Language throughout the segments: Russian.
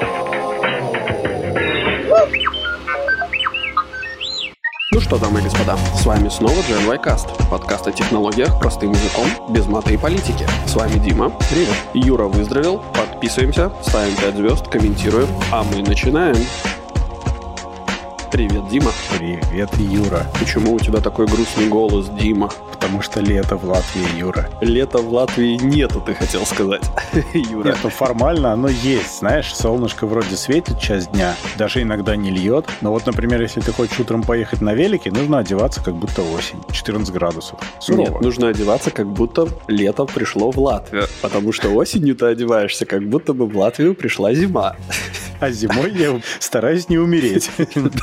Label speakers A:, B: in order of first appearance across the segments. A: Ну что, дамы и господа, с вами снова Джен Каст, подкаст о технологиях простым языком, без мата и политики. С вами Дима. Привет. Юра выздоровел, подписываемся, ставим 5 звезд, комментируем, а мы начинаем. Привет, Дима.
B: Привет, Юра.
A: Почему у тебя такой грустный голос, Дима?
B: Потому что лето в Латвии, Юра.
A: Лета в Латвии нету, ты хотел сказать, Юра.
B: Нет, ну формально оно есть, знаешь, солнышко вроде светит часть дня, даже иногда не льет. Но вот, например, если ты хочешь утром поехать на велике, нужно одеваться как будто осень, 14 градусов. Сурово.
A: Нет, ну нужно одеваться, как будто лето пришло в Латвию. Потому что осенью ты одеваешься, как будто бы в Латвию пришла зима.
B: А зимой я стараюсь не умереть.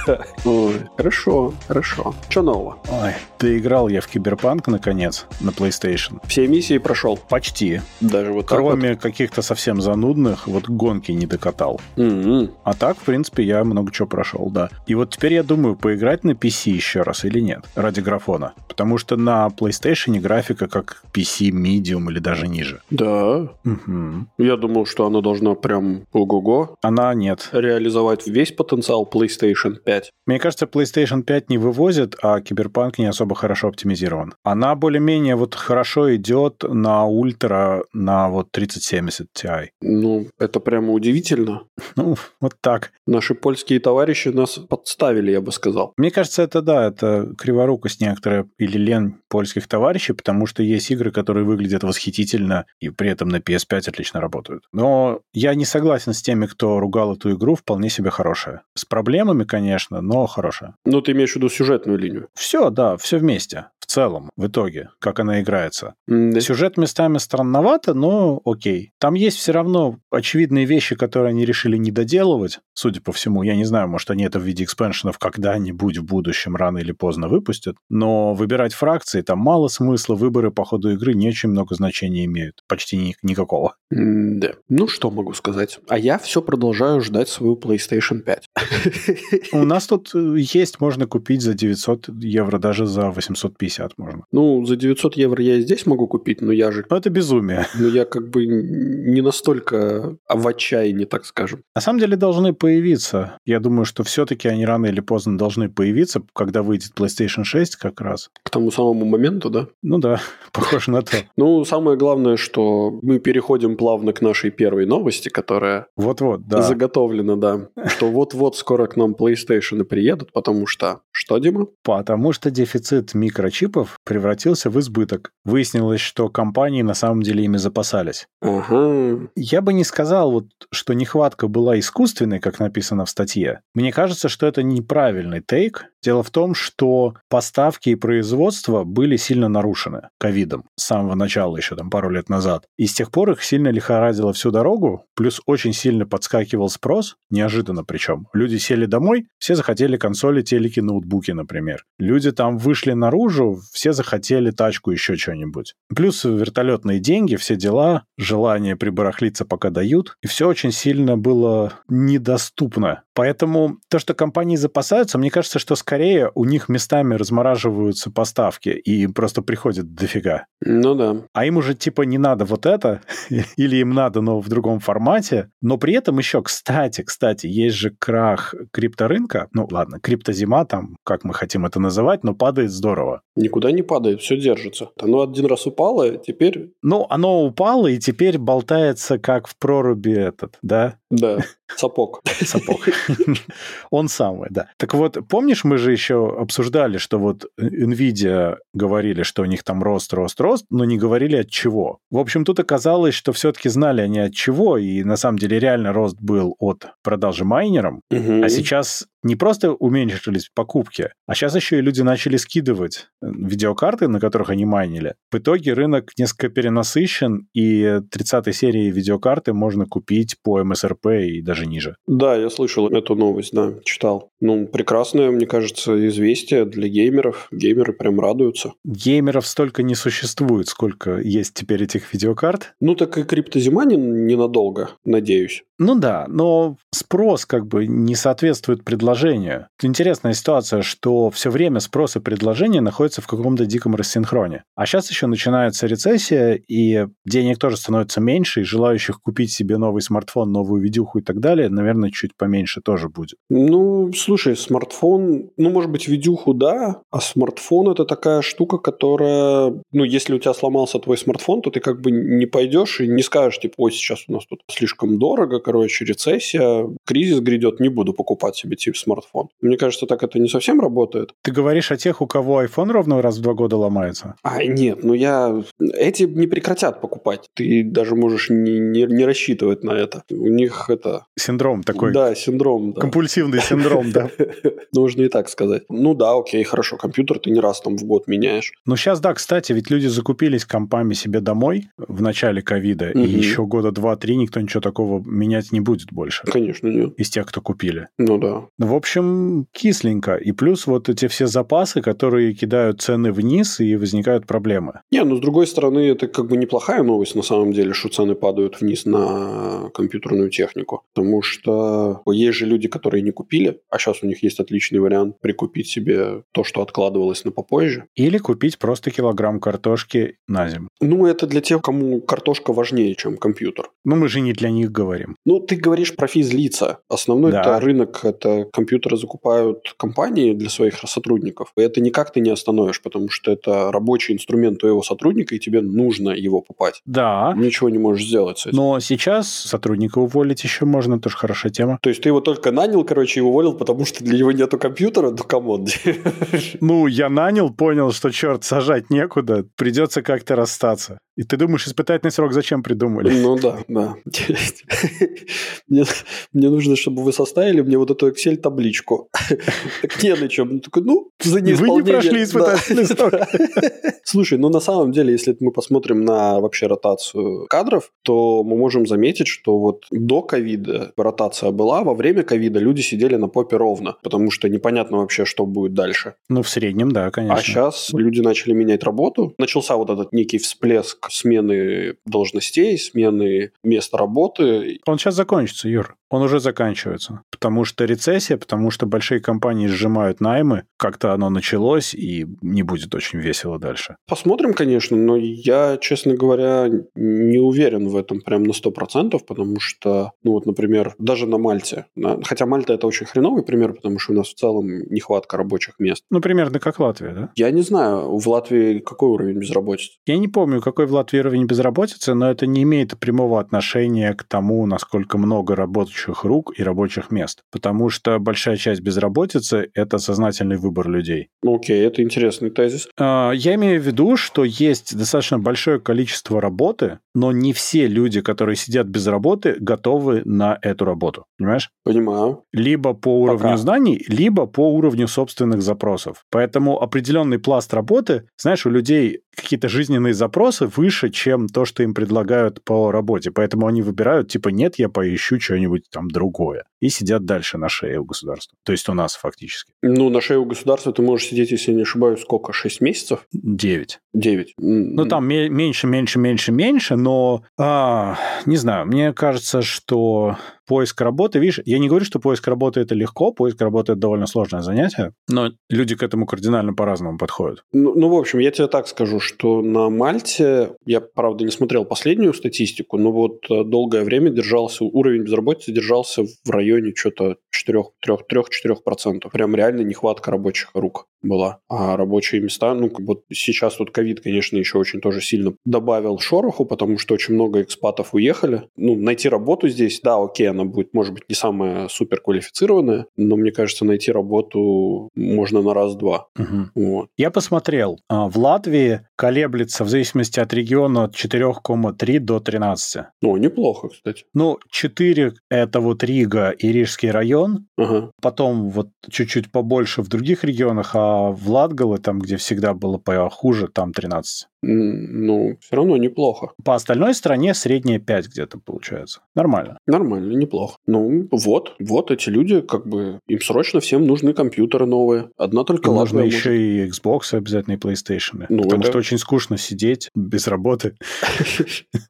A: Да. Ой, Хорошо, хорошо. Что нового?
B: Ой, доиграл я в Киберпанк, наконец, на PlayStation.
A: Все миссии прошел.
B: Почти.
A: Даже вот так вот.
B: Кроме каких-то совсем занудных, вот гонки не докатал.
A: М-м.
B: А так, в принципе, я много чего прошел, да. И вот теперь я думаю, поиграть на PC еще раз или нет, ради графона. Потому что на PlayStation графика как PC medium или даже ниже.
A: Да.
B: Мгм.
A: Я думал, что она должна прям ого-го
B: Она нет.
A: реализовать весь потенциал PlayStation 5.
B: Мне кажется, PlayStation 5 не вывозит, а Киберпанк не особо хорошо оптимизирован. Она более-менее вот хорошо идет на ультра, на вот 3070 Ti.
A: Ну, это прямо удивительно.
B: Ну, вот так.
A: Наши польские товарищи нас подставили, я бы сказал.
B: Мне кажется, это да, это криворукость некоторая или лень польских товарищей, потому что есть игры, которые выглядят восхитительно и при этом на PS5 отлично работают. Но я не согласен с теми, кто ругал эту игру, вполне себе хорошая. С проблемами, конечно, но хорошая.
A: Ну, ты имеешь в виду сюжетную линию?
B: Все, да, все вместе, в целом, в итоге, как она играется.
A: М, да.
B: Сюжет местами странновато, но окей. Там есть все равно очевидные вещи, которые они решили не доделывать, судя по всему. Я не знаю, может, они это в виде экспеншенов когда-нибудь в будущем рано или поздно выпустят. Но выбирать фракции там мало смысла, выборы по ходу игры не очень много значения имеют. Почти ни- никакого.
A: М, да. Ну, что могу сказать? А я все продолжаю ждать свою PlayStation 5.
B: У нас тут э, есть, можно купить за 900 евро, даже за 850 можно.
A: Ну, за 900 евро я и здесь могу купить, но я же...
B: Но это безумие.
A: Ну, я как бы не настолько в отчаянии, так скажем.
B: На самом деле должны появиться. Я думаю, что все-таки они рано или поздно должны появиться, когда выйдет PlayStation 6 как раз.
A: К тому самому моменту, да?
B: Ну да, похоже на то.
A: Ну, самое главное, что мы переходим плавно к нашей первой новости, которая
B: Вот-вот, да.
A: заготовлена, да. Что вот-вот скоро к нам PlayStation приедут, потому что... Что, Дима?
B: Потому что дефицит микрочипов превратился в избыток. Выяснилось, что компании на самом деле ими запасались.
A: Ага.
B: Я бы не сказал, вот, что нехватка была искусственной, как написано в статье. Мне кажется, что это неправильный тейк. Дело в том, что поставки и производство были сильно нарушены ковидом с самого начала, еще там пару лет назад. И с тех пор их сильно лихорадило всю дорогу, плюс очень сильно подскакивал спрос, неожиданно причем. Люди сели домой, все захотели консоли, телеки, ноутбуки, например. Люди там вышли наружу, все захотели тачку, еще что-нибудь. Плюс вертолетные деньги, все дела, желание прибарахлиться пока дают. И все очень сильно было недоступно. Поэтому то, что компании запасаются, мне кажется, что скорее у них местами размораживаются поставки и им просто приходит дофига.
A: Ну да.
B: А им уже типа не надо вот это, или им надо, но в другом формате. Но при этом еще, кстати, кстати, есть же крах крипторынка. Ну ладно, криптозима там, как мы хотим это называть, но падает здорово.
A: Никуда не падает, все держится. Оно один раз упало, теперь...
B: Ну, оно упало и теперь болтается как в проруби этот, да,
A: Да, сапог.
B: сапог. Он самый, да. Так вот, помнишь, мы же еще обсуждали, что вот Nvidia говорили, что у них там рост, рост, рост, но не говорили от чего. В общем, тут оказалось, что все-таки знали они от чего, и на самом деле реально рост был от продажи майнерам,
A: Мгм.
B: а сейчас не просто уменьшились покупки, а сейчас еще и люди начали скидывать э, видеокарты, на которых они майнили. В итоге рынок несколько перенасыщен, и 30 серии видеокарты можно купить по МСРП и даже ниже.
A: Да, я слышал эту новость, да, читал. Ну, прекрасное, мне кажется, известие для геймеров. Геймеры прям радуются.
B: Геймеров столько не существует, сколько есть теперь этих видеокарт.
A: Ну, так и криптозима не- ненадолго, надеюсь.
B: Ну да, но спрос как бы не соответствует предложению. Интересная ситуация, что все время спрос и предложение находятся в каком-то диком рассинхроне. А сейчас еще начинается рецессия, и денег тоже становится меньше, и желающих купить себе новый смартфон, новую видюху и так далее, наверное, чуть поменьше тоже будет.
A: Ну, слушай, смартфон, ну, может быть, видюху, да, а смартфон это такая штука, которая, ну, если у тебя сломался твой смартфон, то ты как бы не пойдешь и не скажешь, типа, ой, сейчас у нас тут слишком дорого, короче, рецессия, кризис грядет, не буду покупать себе тип смартфон. Мне кажется, так это не совсем работает.
B: Ты говоришь о тех, у кого iPhone ровно раз в два года ломается?
A: А, нет, ну я... Эти не прекратят покупать. Ты даже можешь не, не, не рассчитывать на это. У них это...
B: Синдром такой.
A: Да, синдром. Да.
B: Компульсивный синдром, да.
A: Нужно и так сказать. Ну да, окей, хорошо, компьютер ты не раз там в год меняешь.
B: Ну сейчас, да, кстати, ведь люди закупились компами себе домой в начале ковида, и еще года два-три никто ничего такого менять не будет больше.
A: Конечно, нет.
B: Из тех, кто купили.
A: Ну да.
B: В общем, кисленько. И плюс вот эти все запасы, которые кидают цены вниз, и возникают проблемы.
A: Не, ну с другой стороны, это как бы неплохая новость на самом деле, что цены падают вниз на компьютерную технику. Потому что есть же люди, которые не купили, а сейчас у них есть отличный вариант прикупить себе то, что откладывалось на попозже.
B: Или купить просто килограмм картошки на зиму.
A: Ну, это для тех, кому картошка важнее, чем компьютер.
B: Ну, мы же не для них говорим.
A: Ну, ты говоришь про физлица. Основной
B: Да.
A: это рынок, это компьютеры закупают компании для своих сотрудников. И это никак ты не остановишь, потому что это рабочий инструмент твоего сотрудника, и тебе нужно его покупать.
B: Да,
A: Ничего не можешь сделать с этим.
B: но сейчас сотрудника уволить еще можно, тоже хорошая тема.
A: То есть ты его только нанял, короче, и уволил, потому что для него нету компьютера? Ну, камон.
B: Ну, я нанял, понял, что, черт, сажать некуда, придется как-то расстаться. И ты думаешь, испытательный срок зачем придумали?
A: Ну да, да. мне, мне нужно, чтобы вы составили мне вот эту Excel-табличку. так не на чем. Ну, такой, ну, за
B: Вы не
A: неисполнение.
B: прошли испытательный
A: Да.
B: срок.
A: Слушай, ну на самом деле, если мы посмотрим на вообще ротацию кадров, то мы можем заметить, что вот до ковида ротация была, во время ковида люди сидели на попе ровно, потому что непонятно вообще, что будет дальше.
B: Ну, в среднем, да, конечно.
A: А сейчас люди начали менять работу. Начался вот этот некий всплеск смены должностей, смены места работы.
B: Он сейчас закончится, Юр. Он уже заканчивается. Потому что рецессия, потому что большие компании сжимают наймы. Как-то оно началось, и не будет очень весело дальше.
A: Посмотрим, конечно, но я, честно говоря, не уверен в этом прям на 100%, потому что, ну вот, например, даже на Мальте, на- хотя Мальта это очень хреновый пример, потому что у нас в целом нехватка рабочих мест.
B: Ну, примерно как Латвия, да?
A: Я не знаю, в Латвии какой уровень безработицы?
B: Я не помню, какой в Латвии уровень безработицы, но это не имеет прямого отношения к тому, насколько много рабочих рук и рабочих мест. Потому что большая часть безработицы – это сознательный выбор людей.
A: Ну, окей, это интересный тезис.
B: А, Я имею в виду, что есть достаточно большое количество работы, но не все люди, которые сидят без работы, готовы на эту работу. Понимаешь?
A: Понимаю.
B: либо по уровню
A: Пока.
B: знаний, либо по уровню собственных запросов. Поэтому определенный пласт работы, знаешь, у людей какие-то жизненные запросы выше, чем то, что им предлагают по работе. Поэтому они выбирают, типа, нет, я поищу что-нибудь там другое. И сидят дальше на шее у государства. То есть у нас фактически.
A: Ну, на шее у государства ты можешь сидеть, если я не ошибаюсь, сколько? 6 месяцев?
B: Девять.
A: 9.
B: Ну, там ме- меньше, меньше, меньше, меньше, но, а, не знаю, мне кажется, что поиск работы, видишь, я не говорю, что поиск работы это легко, поиск работы это довольно сложное занятие, но люди к этому кардинально по-разному подходят.
A: Ну, ну, в общем, я тебе так скажу, что на Мальте, я, правда, не смотрел последнюю статистику, но вот э, долгое время держался, уровень безработицы держался в районе что-то 4-4%. Прям реально нехватка рабочих рук была. А рабочие места, ну, как вот сейчас тут ковид, конечно, еще очень тоже сильно добавил шороху, потому что очень много экспатов уехали. Ну, найти работу здесь, да, окей, она будет, может быть, не самая суперквалифицированная, но мне кажется, найти работу можно на раз-два.
B: Мгм.
A: Вот.
B: Я посмотрел, а, в Латвии колеблется в зависимости от региона от 4,3 до 13.
A: Ну, неплохо, кстати.
B: Ну, 4 – это вот Рига и Рижский район,
A: Ага.
B: потом вот чуть-чуть побольше в других регионах, а в Латгале, там, где всегда было похуже, там 13.
A: М, Ну, все равно неплохо.
B: По остальной стране средняя 5 где-то получается. Нормально.
A: Нормально, неплохо. Ну, вот, вот эти люди, как бы, им срочно всем нужны компьютеры новые. Одна только
B: Им нужны
A: лажная музыка.
B: еще и Xbox обязательно, и PlayStation.
A: Ну,
B: потому
A: это-
B: что очень скучно сидеть без работы.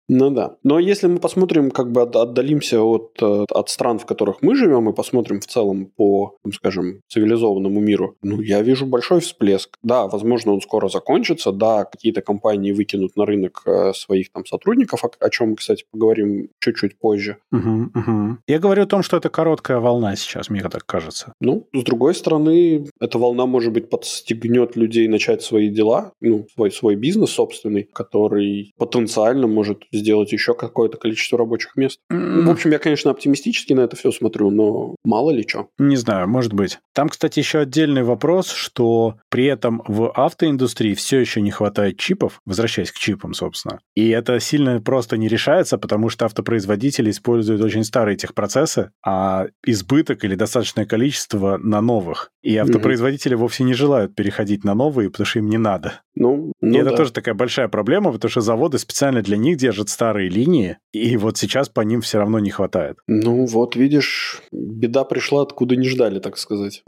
A: Ну да. Но если мы посмотрим, как бы от- отдалимся от, э, от стран, в которых мы живем, и посмотрим в целом по, там, скажем, цивилизованному миру, ну, я вижу большой всплеск. Да, возможно, он скоро закончится, да, какие-то компании выкинут на рынок э, своих там сотрудников, о, о чем, кстати, поговорим чуть-чуть позже.
B: Мгм, мгм. Я говорю о том, что это короткая волна сейчас, мне так кажется.
A: Ну, с другой стороны, эта волна, может быть, подстегнет людей начать свои дела, ну, свой, свой бизнес собственный, который потенциально может сделать еще какое-то количество рабочих мест. Ну, В общем, я, конечно, оптимистически на это все смотрю, но мало ли что.
B: Не знаю, может быть. Там, кстати, еще отдельный вопрос, что при этом в автоиндустрии все еще не хватает чипов, возвращаясь к чипам, собственно. И это сильно просто не решается, потому что автопроизводители используют очень старые техпроцессы, а избыток или достаточное количество на новых. И
A: Мгм.
B: автопроизводители вовсе не желают переходить на новые, потому что им не надо.
A: Ну,
B: И
A: ну
B: это
A: да.
B: тоже такая большая проблема, потому что заводы специально для них держат старые линии, и вот сейчас по ним все равно не хватает.
A: Ну, вот видишь, беда пришла, откуда не ждали, так сказать.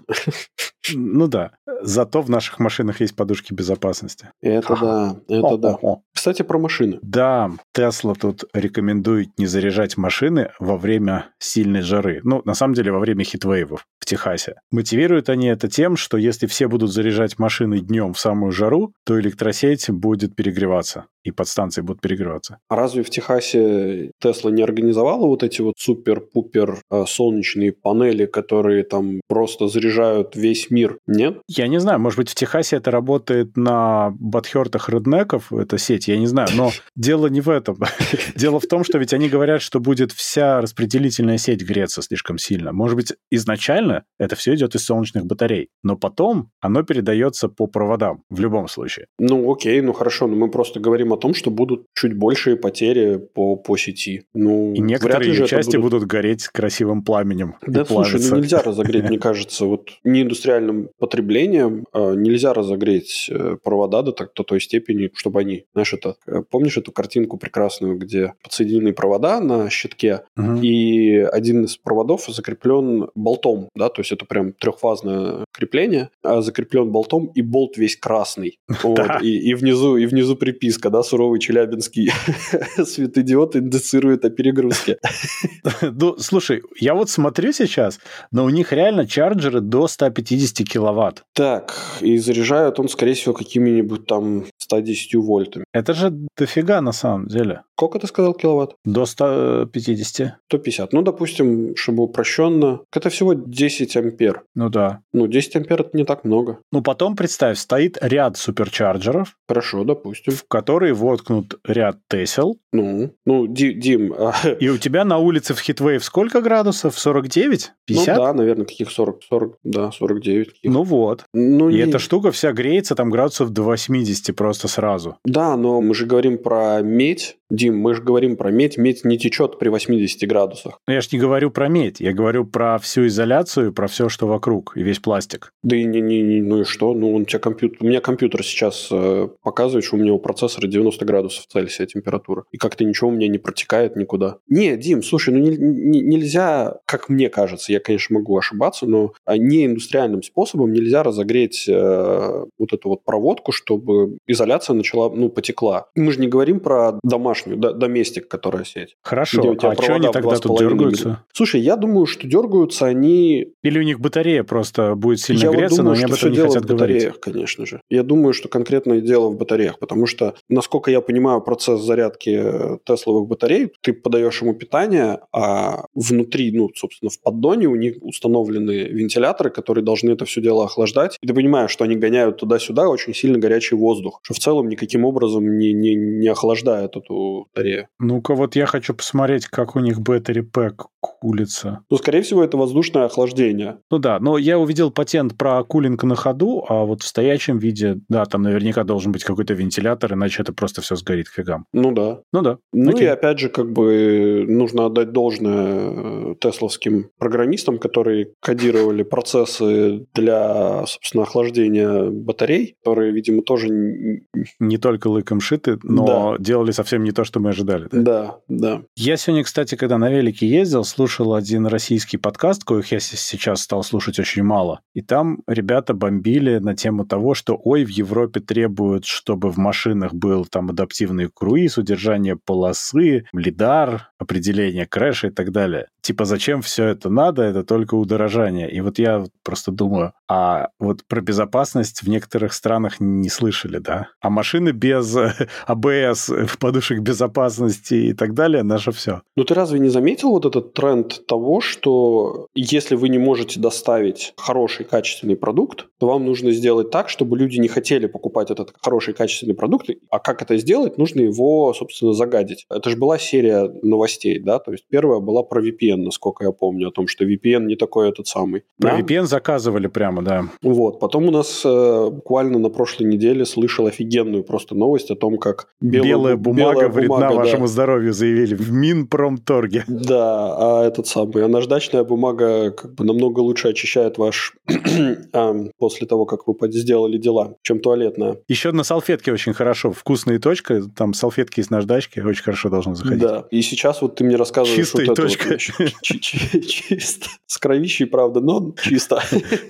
B: Ну да. Зато в наших машинах есть подушки безопасности.
A: Это да, это да.
B: О-о-о.
A: Кстати, про машины.
B: Да, Тесла тут рекомендует не заряжать машины во время сильной жары. Ну, на самом деле, во время хитвейвов в Техасе. Мотивируют они это тем, что если все будут заряжать машины днем в самую жару, то электросеть будет перегреваться, и подстанции будут перегреваться.
A: А Разве в Техасе Тесла не организовала вот эти вот супер-пупер э, солнечные панели, которые там просто заряжают весь мир? Нет?
B: Я не знаю, может быть, в Техасе это работает на батхертах реднеков, эта сеть, я не знаю, но дело не в этом. Дело в том, что ведь они говорят, что будет вся распределительная сеть греться слишком сильно. Может быть, изначально это все идет из солнечных батарей, но потом оно передается по проводам в любом случае.
A: Ну, окей, ну хорошо, но мы просто говорим о том, что будут чуть большие потери по, по сети. Ну,
B: И
A: вряд ли
B: некоторые
A: же
B: ее
A: это
B: части
A: будут
B: будут гореть красивым пламенем. и
A: Да, слушай,
B: плавиться.
A: ну нельзя разогреть, мне кажется, вот неиндустриальным потреблением э, нельзя разогреть э, провода до, так, до той степени, чтобы они, знаешь, это, э, помнишь эту картинку прекрасную, где подсоединены провода на щитке,
B: Мгм.
A: и один из проводов закреплен болтом, да, то есть это прям трехфазное крепление, а закреплен болтом, и болт весь красный. Вот,
B: Да.
A: и, и внизу, и внизу приписка, да, суровый челябинский светодиод индицирует о перегрузке.
B: Ну, слушай, я вот смотрю сейчас, но у них реально чарджеры до 150 киловатт.
A: Так, и заряжают он, скорее всего, какими-нибудь там 110 вольтами.
B: Это же дофига на самом деле.
A: Сколько ты сказал киловатт?
B: До э, 150.
A: 150. Ну, допустим, чтобы упрощенно, это всего 10 ампер.
B: Ну да.
A: Ну, 10 ампер это не так много.
B: Ну потом представь, стоит ряд суперчарджеров,
A: Хорошо, допустим.
B: в которые воткнут ряд Тесел,
A: Ну, ну, Ди- Дим, а,
B: и у тебя на улице в хитвейв сколько градусов? 49? 50?
A: ну да, наверное, каких 40, 40, да, 49. каких.
B: Ну вот.
A: Ну,
B: И
A: не-
B: эта штука вся греется там градусов до 80 просто сразу.
A: Да, но мы же говорим про медь, Дим, мы же говорим про медь, медь не течет при 80 градусах.
B: Но Ну, я ж не говорю про медь, я говорю про всю изоляцию, и про все, что вокруг, и весь пластик.
A: Да и не, не, не- ну и что? Ну, он у тебя компьютер. У меня компьютер сейчас э, показывает, что у меня у процессора 90 градусов Цельсия температура. И как-то ничего у меня не протекает никуда. Не, Дим, слушай, ну не- не- нельзя, как мне кажется, я, конечно, могу ошибаться, но а, неиндустриальным способом нельзя разогреть э, вот эту вот проводку, чтобы изоляция начала, ну, потекла. Мы же не говорим про домашнюю, да, доместик, которая сеть. где
B: Хорошо,
A: у тебя
B: а что
A: провода
B: они
A: в
B: тогда тут
A: 2,5 мили.
B: дергаются?
A: Слушай, я думаю, что дергаются они
B: Или у них батарея просто будет сильно
A: я вот
B: греться,
A: думаю,
B: но они
A: что всё
B: об этом не
A: дело
B: хотят
A: в
B: говорить.
A: батареях, конечно же. Я думаю, что конкретное дело в батареях, потому что, насколько я понимаю, процесс зарядки э, тесловых батарей, ты подаешь ему питание, а внутри, ну, собственно, в поддоне у них установлены вентиляторы, которые должны это все дело охлаждать. И ты понимаешь, что они гоняют туда-сюда очень сильно горячий воздух, что в целом никаким образом не, не, не охлаждает эту батарею.
B: Ну-ка, вот я хочу посмотреть, как у них battery пэк кулится.
A: Но, Ну, скорее всего, это воздушное охлаждение.
B: Ну да, но я увидел патент про кулинг на ходу, а вот в стоячем виде, да, там наверняка должен быть какой-то вентилятор, иначе это просто все сгорит к фигам.
A: Ну да.
B: Ну да.
A: Ну
B: Окей.
A: и опять же, как бы нужно отдать должное э, тесловским программистам, которые кодировали процессы для, собственно, охлаждения батарей, которые, видимо, тоже... н- н-
B: Не только лыком шиты, но делали совсем не то, что мы ожидали. да.
A: Да, да.
B: Я сегодня, кстати, когда на велике ездил, слушал один российский подкаст, коих я с- сейчас стал слушать очень мало. И там ребята бомбили на тему того, что ой, в Европе требуют, чтобы в машинах был там адаптивный круиз, удержание полосы, лидар, определение крэша и так далее. Типа, зачем все это надо? Это только удорожание. И вот я вот просто думаю, а вот про безопасность в некоторых странах не слышали, да? А машины без э, АБС, э, подушек безопасности и так далее, наше все.
A: Ну ты разве не заметил вот этот тренд того, что если вы не можете доставить хороший качественный продукт, то вам нужно сделать так, чтобы люди не хотели покупать этот хороший качественный продукт, а как это сделать, нужно его, собственно, загадить. Это же была серия новостей, да, то есть первая была про VPN, насколько я помню, о том, что VPN не такой этот самый.
B: Про
A: Да?
B: VPN заказывали прямо, да.
A: Вот. Потом у нас э, буквально на прошлой неделе слышал офигенную просто новость о том, как белую-
B: Белая бумага
A: белая
B: вредна
A: бумага, да.
B: вашему здоровью, заявили в Минпромторге.
A: Да, а этот самый, а наждачная бумага как бы намного лучше очищает ваш ам, после того, как вы под- сделали дела, чем туалетная.
B: Еще на салфетке очень хорошо. Вкусные точка, там салфетки из наждачки очень хорошо должны заходить.
A: Да. И сейчас вот ты мне рассказываешь
B: Чистая
A: вот это
B: точка.
A: вот вещь. Чи- чи- Чисто. С кровищей, правда, но чисто.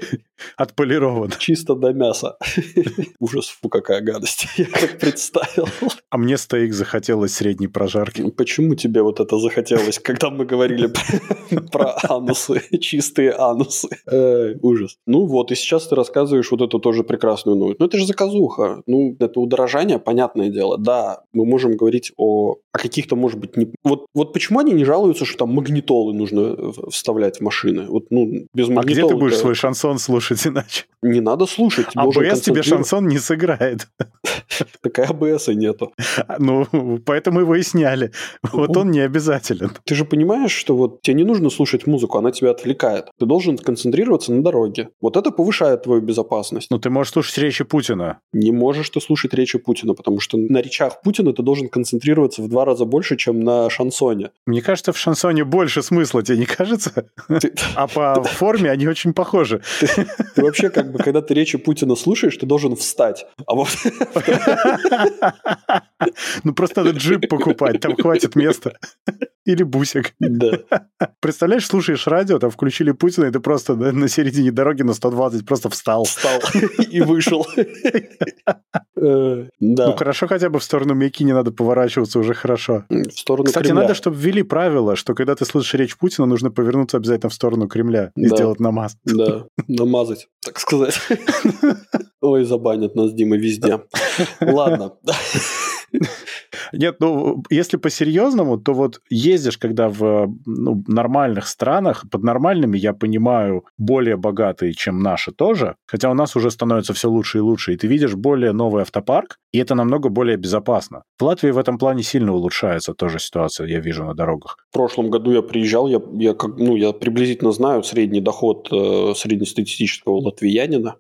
B: Отполирован.
A: Чисто до мяса. Ужас, фу, какая гадость. Я так представил.
B: А мне стоик захотелось средней прожарки.
A: Почему тебе вот это захотелось, когда мы говорили про- про анусы, чистые анусы? Э, Ужас. Ну вот, и сейчас ты рассказываешь вот эту тоже прекрасную новость. Ну это же заказуха. Ну, это удорожание, понятное дело. Да, мы можем говорить о, о каких-то, может быть, не... Вот, вот почему они не жалуются, что там магнитолы нужно в- вставлять в машины? Вот, ну, без
B: А где
A: магнитолы...
B: ты будешь свой шансон слушать иначе?
A: Не надо слушать. нужно
B: АБС тебе
A: концентрироваться.
B: шансон не сыграет.
A: Так и АБС и нету.
B: Ну, поэтому его и сняли. Вот он не обязателен.
A: Ты же понимаешь, что вот тебе не нужно слушать музыку, она тебя отвлекает. Ты должен концентрироваться на дороге. Вот это повышает твою безопасность.
B: Ну, ты можешь слушать речи Путина.
A: Не можешь ты слушать речи Путина, потому что на речах Путина ты должен концентрироваться в два раза больше, чем на шансоне.
B: Мне кажется, в шансоне больше смысла, тебе не кажется?
A: Ты,
B: А по форме они очень похожи.
A: ты вообще как бы, когда ты речи Путина слушаешь, ты должен встать. А вот
B: Ну, просто надо джип покупать, там хватит места. Или бусик.
A: да.
B: Представляешь, слушаешь радио, там включили Путина, и ты просто на на середине дороги на 120 просто встал.
A: встал и вышел. Э, Да.
B: Ну, хорошо, хотя бы в сторону Мики не надо поворачиваться, уже хорошо.
A: В сторону
B: Кстати,
A: Кремля.
B: надо, чтобы ввели правило, что когда ты слышишь речь Путина, нужно повернуться обязательно в сторону Кремля и
A: Да.
B: сделать намаз.
A: Да, намазать, так сказать. Ой, забанят нас, Дима, везде. Ладно.
B: Нет, ну, если по-серьезному, то вот ездишь, когда в ну, нормальных странах, под нормальными, я понимаю, более богатые, чем наши тоже, хотя у нас уже становится все лучше и лучше, и ты видишь более новый автопарк, и это намного более безопасно. В Латвии в этом плане сильно улучшается тоже ситуация, я вижу на дорогах.
A: В прошлом году я приезжал, я, я, как, ну, я приблизительно знаю средний доход э, среднестатистического латвиянина.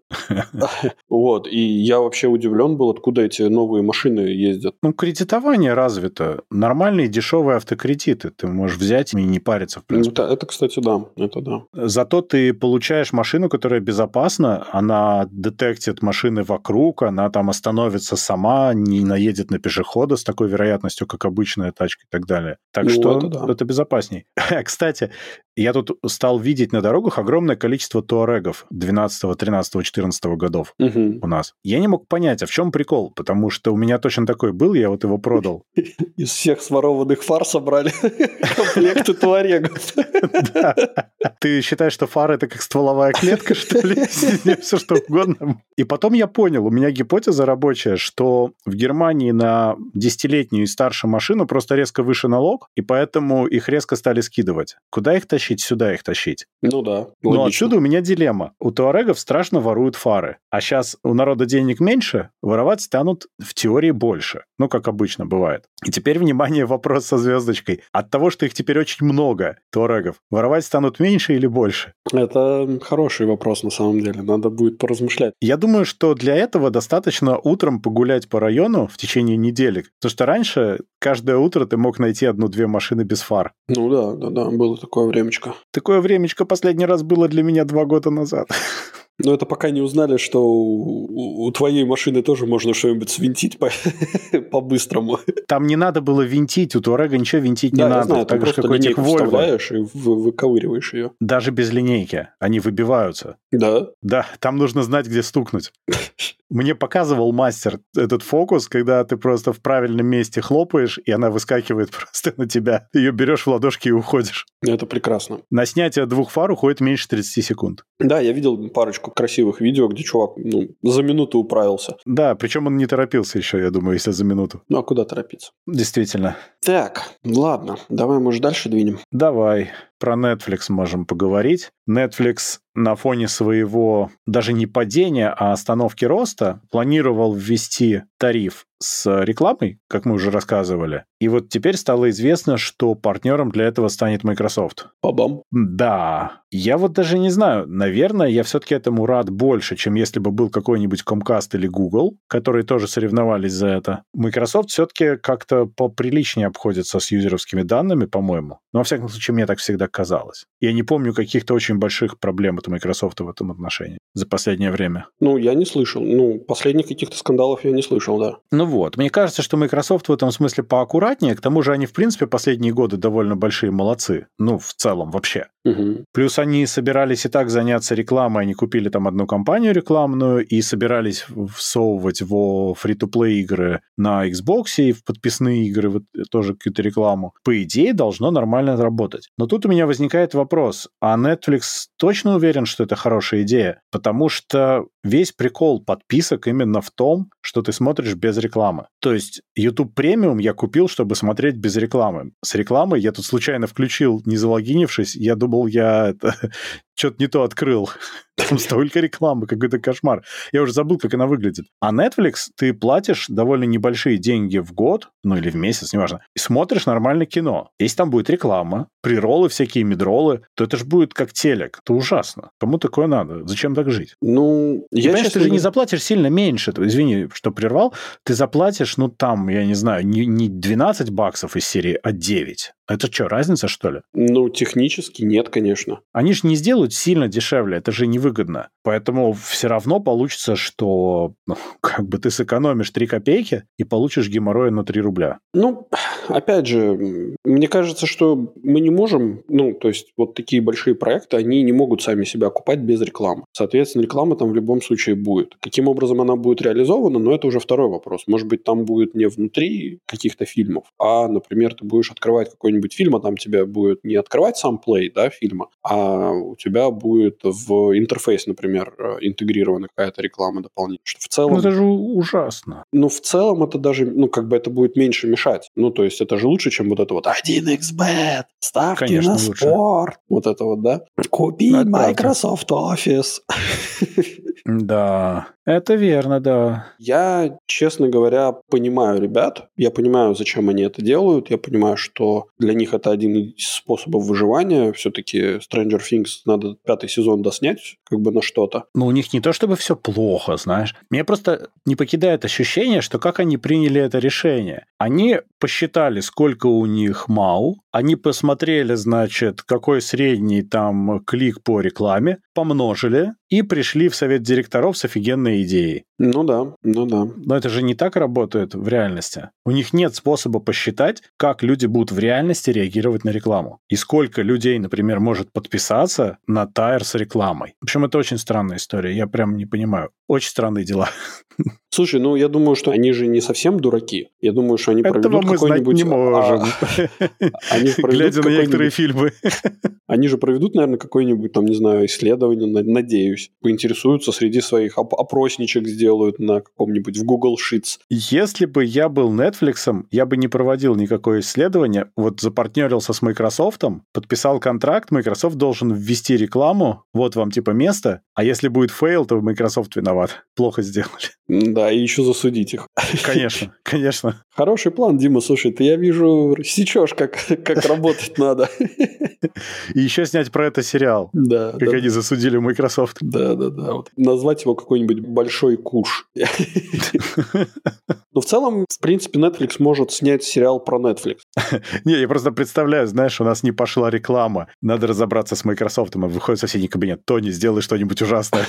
A: Вот, и я вообще удивлен был, откуда эти новые машины ездят.
B: Ну, кредитование развито. Нормальные дешевые автокредиты. Ты можешь взять и не париться, в принципе.
A: Это, это, кстати, да, это да.
B: Зато ты получаешь машину, которая безопасна, она детектит машины вокруг, она там остановится сама, не наедет на пешехода с такой вероятностью, как обычная тачка и так далее. Так
A: Ну,
B: что
A: это да.
B: это безопасней. Кстати, я тут стал видеть на дорогах огромное количество туарегов 12, 13, 14 годов
A: Мгм.
B: у нас. Я не мог понять, а в чем прикол, потому что у меня точно такой был, я вот его продал.
A: Из всех сворованных фар собрали комплекты туарегов.
B: Да. Ты считаешь, что фара это как стволовая клетка, что ли? Все что угодно. И потом я понял, у меня гипотеза рабочая, что в Германии на десятилетнюю и старше машину просто резко выше налог, и поэтому их резко стали скидывать. Куда их тащить? Сюда их тащить.
A: Ну да.
B: Но
A: логично.
B: отсюда у меня дилемма. У туарегов страшно воруют фары, а сейчас у народа денег меньше, воровать станут в теории больше. Ну, как обычно бывает. И теперь, внимание, вопрос со звездочкой. От того, что их теперь очень много, туарегов, воровать станут меньше или больше?
A: Это хороший вопрос на самом деле. Надо будет поразмышлять.
B: Я думаю, что для этого достаточно утром погулять по району в течение недели. Потому что раньше каждое утро ты мог найти одну-две машины без фар.
A: Ну да, да, да, было такое времечко.
B: Такое времечко последний раз было для меня два года назад.
A: Но это пока не узнали, что у, у- у твоей машины тоже можно что-нибудь свинтить по- по-быстрому.
B: Там не надо было винтить, у Туарега ничего винтить не
A: да, я
B: надо.
A: знаю, ты
B: так же,
A: просто
B: как у этих
A: линейку
B: Volvo.
A: вставляешь и вы- выковыриваешь ее.
B: Даже без линейки. Они выбиваются.
A: Да.
B: Да, там нужно знать, где стукнуть. Мне показывал мастер этот фокус, когда ты просто в правильном месте хлопаешь, и она выскакивает просто на тебя. Ее берешь в ладошки и уходишь.
A: Это прекрасно.
B: На снятие двух фар уходит меньше 30 секунд.
A: Да, я видел парочку красивых видео, где чувак ну, за минуту управился.
B: Да, причем он не торопился еще, я думаю, если за минуту.
A: Ну а куда торопиться?
B: Действительно.
A: Так, ладно, давай, может, дальше двинем.
B: Давай про Netflix можем поговорить. Netflix на фоне своего даже не падения, а остановки роста планировал ввести тариф с рекламой, как мы уже рассказывали. И вот теперь стало известно, что партнером для этого станет Microsoft.
A: Бабам.
B: Да, я вот даже не знаю. Наверное, я все-таки этому рад больше, чем если бы был какой-нибудь Comcast или Google, которые тоже соревновались за это. Microsoft все-таки как-то поприличнее обходится с юзеровскими данными, по-моему. Но, во всяком случае, мне так всегда казалось. Я не помню каких-то очень больших проблем от Microsoft в этом отношении за последнее время.
A: Ну, я не слышал. Ну, последних каких-то скандалов я не слышал, да.
B: Ну вот, мне кажется, что Microsoft в этом смысле поаккуратнее. К тому же они, в принципе, последние годы довольно большие молодцы. Ну, в целом, вообще.
A: Мгм.
B: Плюс они собирались и так заняться рекламой, они купили там одну компанию рекламную и собирались всовывать во фри-то-плей игры на Xbox и в подписные игры вот, тоже какую-то рекламу. По идее, должно нормально работать. Но тут у меня возникает вопрос, а Netflix точно уверен, что это хорошая идея? Потому что весь прикол подписок именно в том, что ты смотришь без рекламы. То есть YouTube Premium я купил, чтобы смотреть без рекламы. С рекламой я тут случайно включил, не залогинившись, я думал, я это, что-то не то открыл. Там столько рекламы, какой-то кошмар. Я уже забыл, как она выглядит. А Netflix ты платишь довольно небольшие деньги в год, ну или в месяц, неважно, и смотришь нормально кино. Если там будет реклама, приролы всякие, мидролы, то это же будет как телек. Это ужасно. Кому такое надо? Зачем так жить?
A: Ну,
B: Я,
A: я,
B: понимаешь,
A: честно
B: ты же не
A: говоря,
B: заплатишь сильно меньше. То- Извини, что прервал. Ты заплатишь, ну, там, я не знаю, не, не 12 баксов из серии, а 9. Это что, разница, что ли?
A: Ну, технически нет, конечно.
B: Они же не сделают сильно дешевле, это же невыгодно. Поэтому все равно получится, что ну, как бы ты сэкономишь 3 копейки и получишь геморроя на 3 рубля.
A: Ну, опять же, м, мне кажется, что мы не можем, ну, то есть вот такие большие проекты, они не могут сами себя окупать без рекламы. Соответственно, реклама там в любом случае будет. Каким образом она будет реализована, но это уже второй вопрос. Может быть, там будет не внутри каких-то фильмов, а, например, ты будешь открывать какой-нибудь фильм, а там тебя будет не открывать сам плей, да, фильма, а у тебя будет в интерфейс, например, э, интегрирована какая-то реклама дополнительная. Что в целом...
B: Ну, это же у- ужасно.
A: Ну, в целом это даже, ну, как бы это будет меньше мешать. Ну, то есть это же лучше, чем вот это вот 1xbet, ставки
B: Конечно,
A: на
B: лучше.
A: спорт. Вот это вот, да? Купи
B: Ну, это правда.
A: Microsoft Office.
B: Да, это верно, да.
A: Я, честно говоря, понимаю ребят. Я понимаю, зачем они это делают. Я понимаю, что для них это один из способов выживания. Все-таки Stranger Things надо пятый сезон доснять как бы на что-то.
B: Но у них не то чтобы все плохо, знаешь. Меня просто не покидает ощущение, что как они приняли это решение. Они посчитали, сколько у них МАУ, они посмотрели, значит, какой средний там клик по рекламе, помножили и пришли в совет директоров с офигенной идеей.
A: Ну да, ну да.
B: Но это же не так работает в реальности. У них нет способа посчитать, как люди будут в реальности реагировать на рекламу. И сколько людей, например, может подписаться на тайр с рекламой. В общем, это очень странная история. Я прям не понимаю. Очень странные дела.
A: Слушай, ну я думаю, что они же не совсем дураки. Я думаю, что они
B: Этого
A: проведут
B: мы знать
A: какой-нибудь...
B: не
A: а,
B: можем.
A: Они же проведут
B: Глядя на некоторые
A: какой-нибудь-
B: фильмы.
A: они же проведут, наверное, какое-нибудь там, не знаю, исследование, на- надеюсь, поинтересуются среди своих оп- опросничек сделают на каком-нибудь в Google Sheets.
B: Если бы я был Netflix, я бы не проводил никакое исследование, вот запартнерился с Microsoft, подписал контракт, Microsoft должен ввести рекламу, вот вам типа место, а если будет фейл, то Microsoft виноват. Плохо сделали.
A: М, Да, и еще засудить их.
B: Конечно, конечно.
A: Хороший план, Дима, слушай, ты, я вижу, сечешь, как, как работать надо.
B: И еще снять про это сериал.
A: Да.
B: Как
A: да.
B: они засудили Microsoft.
A: Да, да, да. Вот. Назвать его какой-нибудь большой куш. Но в целом, в принципе, Netflix может снять сериал про Netflix.
B: Не, я просто представляю, знаешь, у нас не пошла реклама. Надо разобраться с Microsoft. И выходит в соседний кабинет. Тони, сделай что-нибудь ужасное.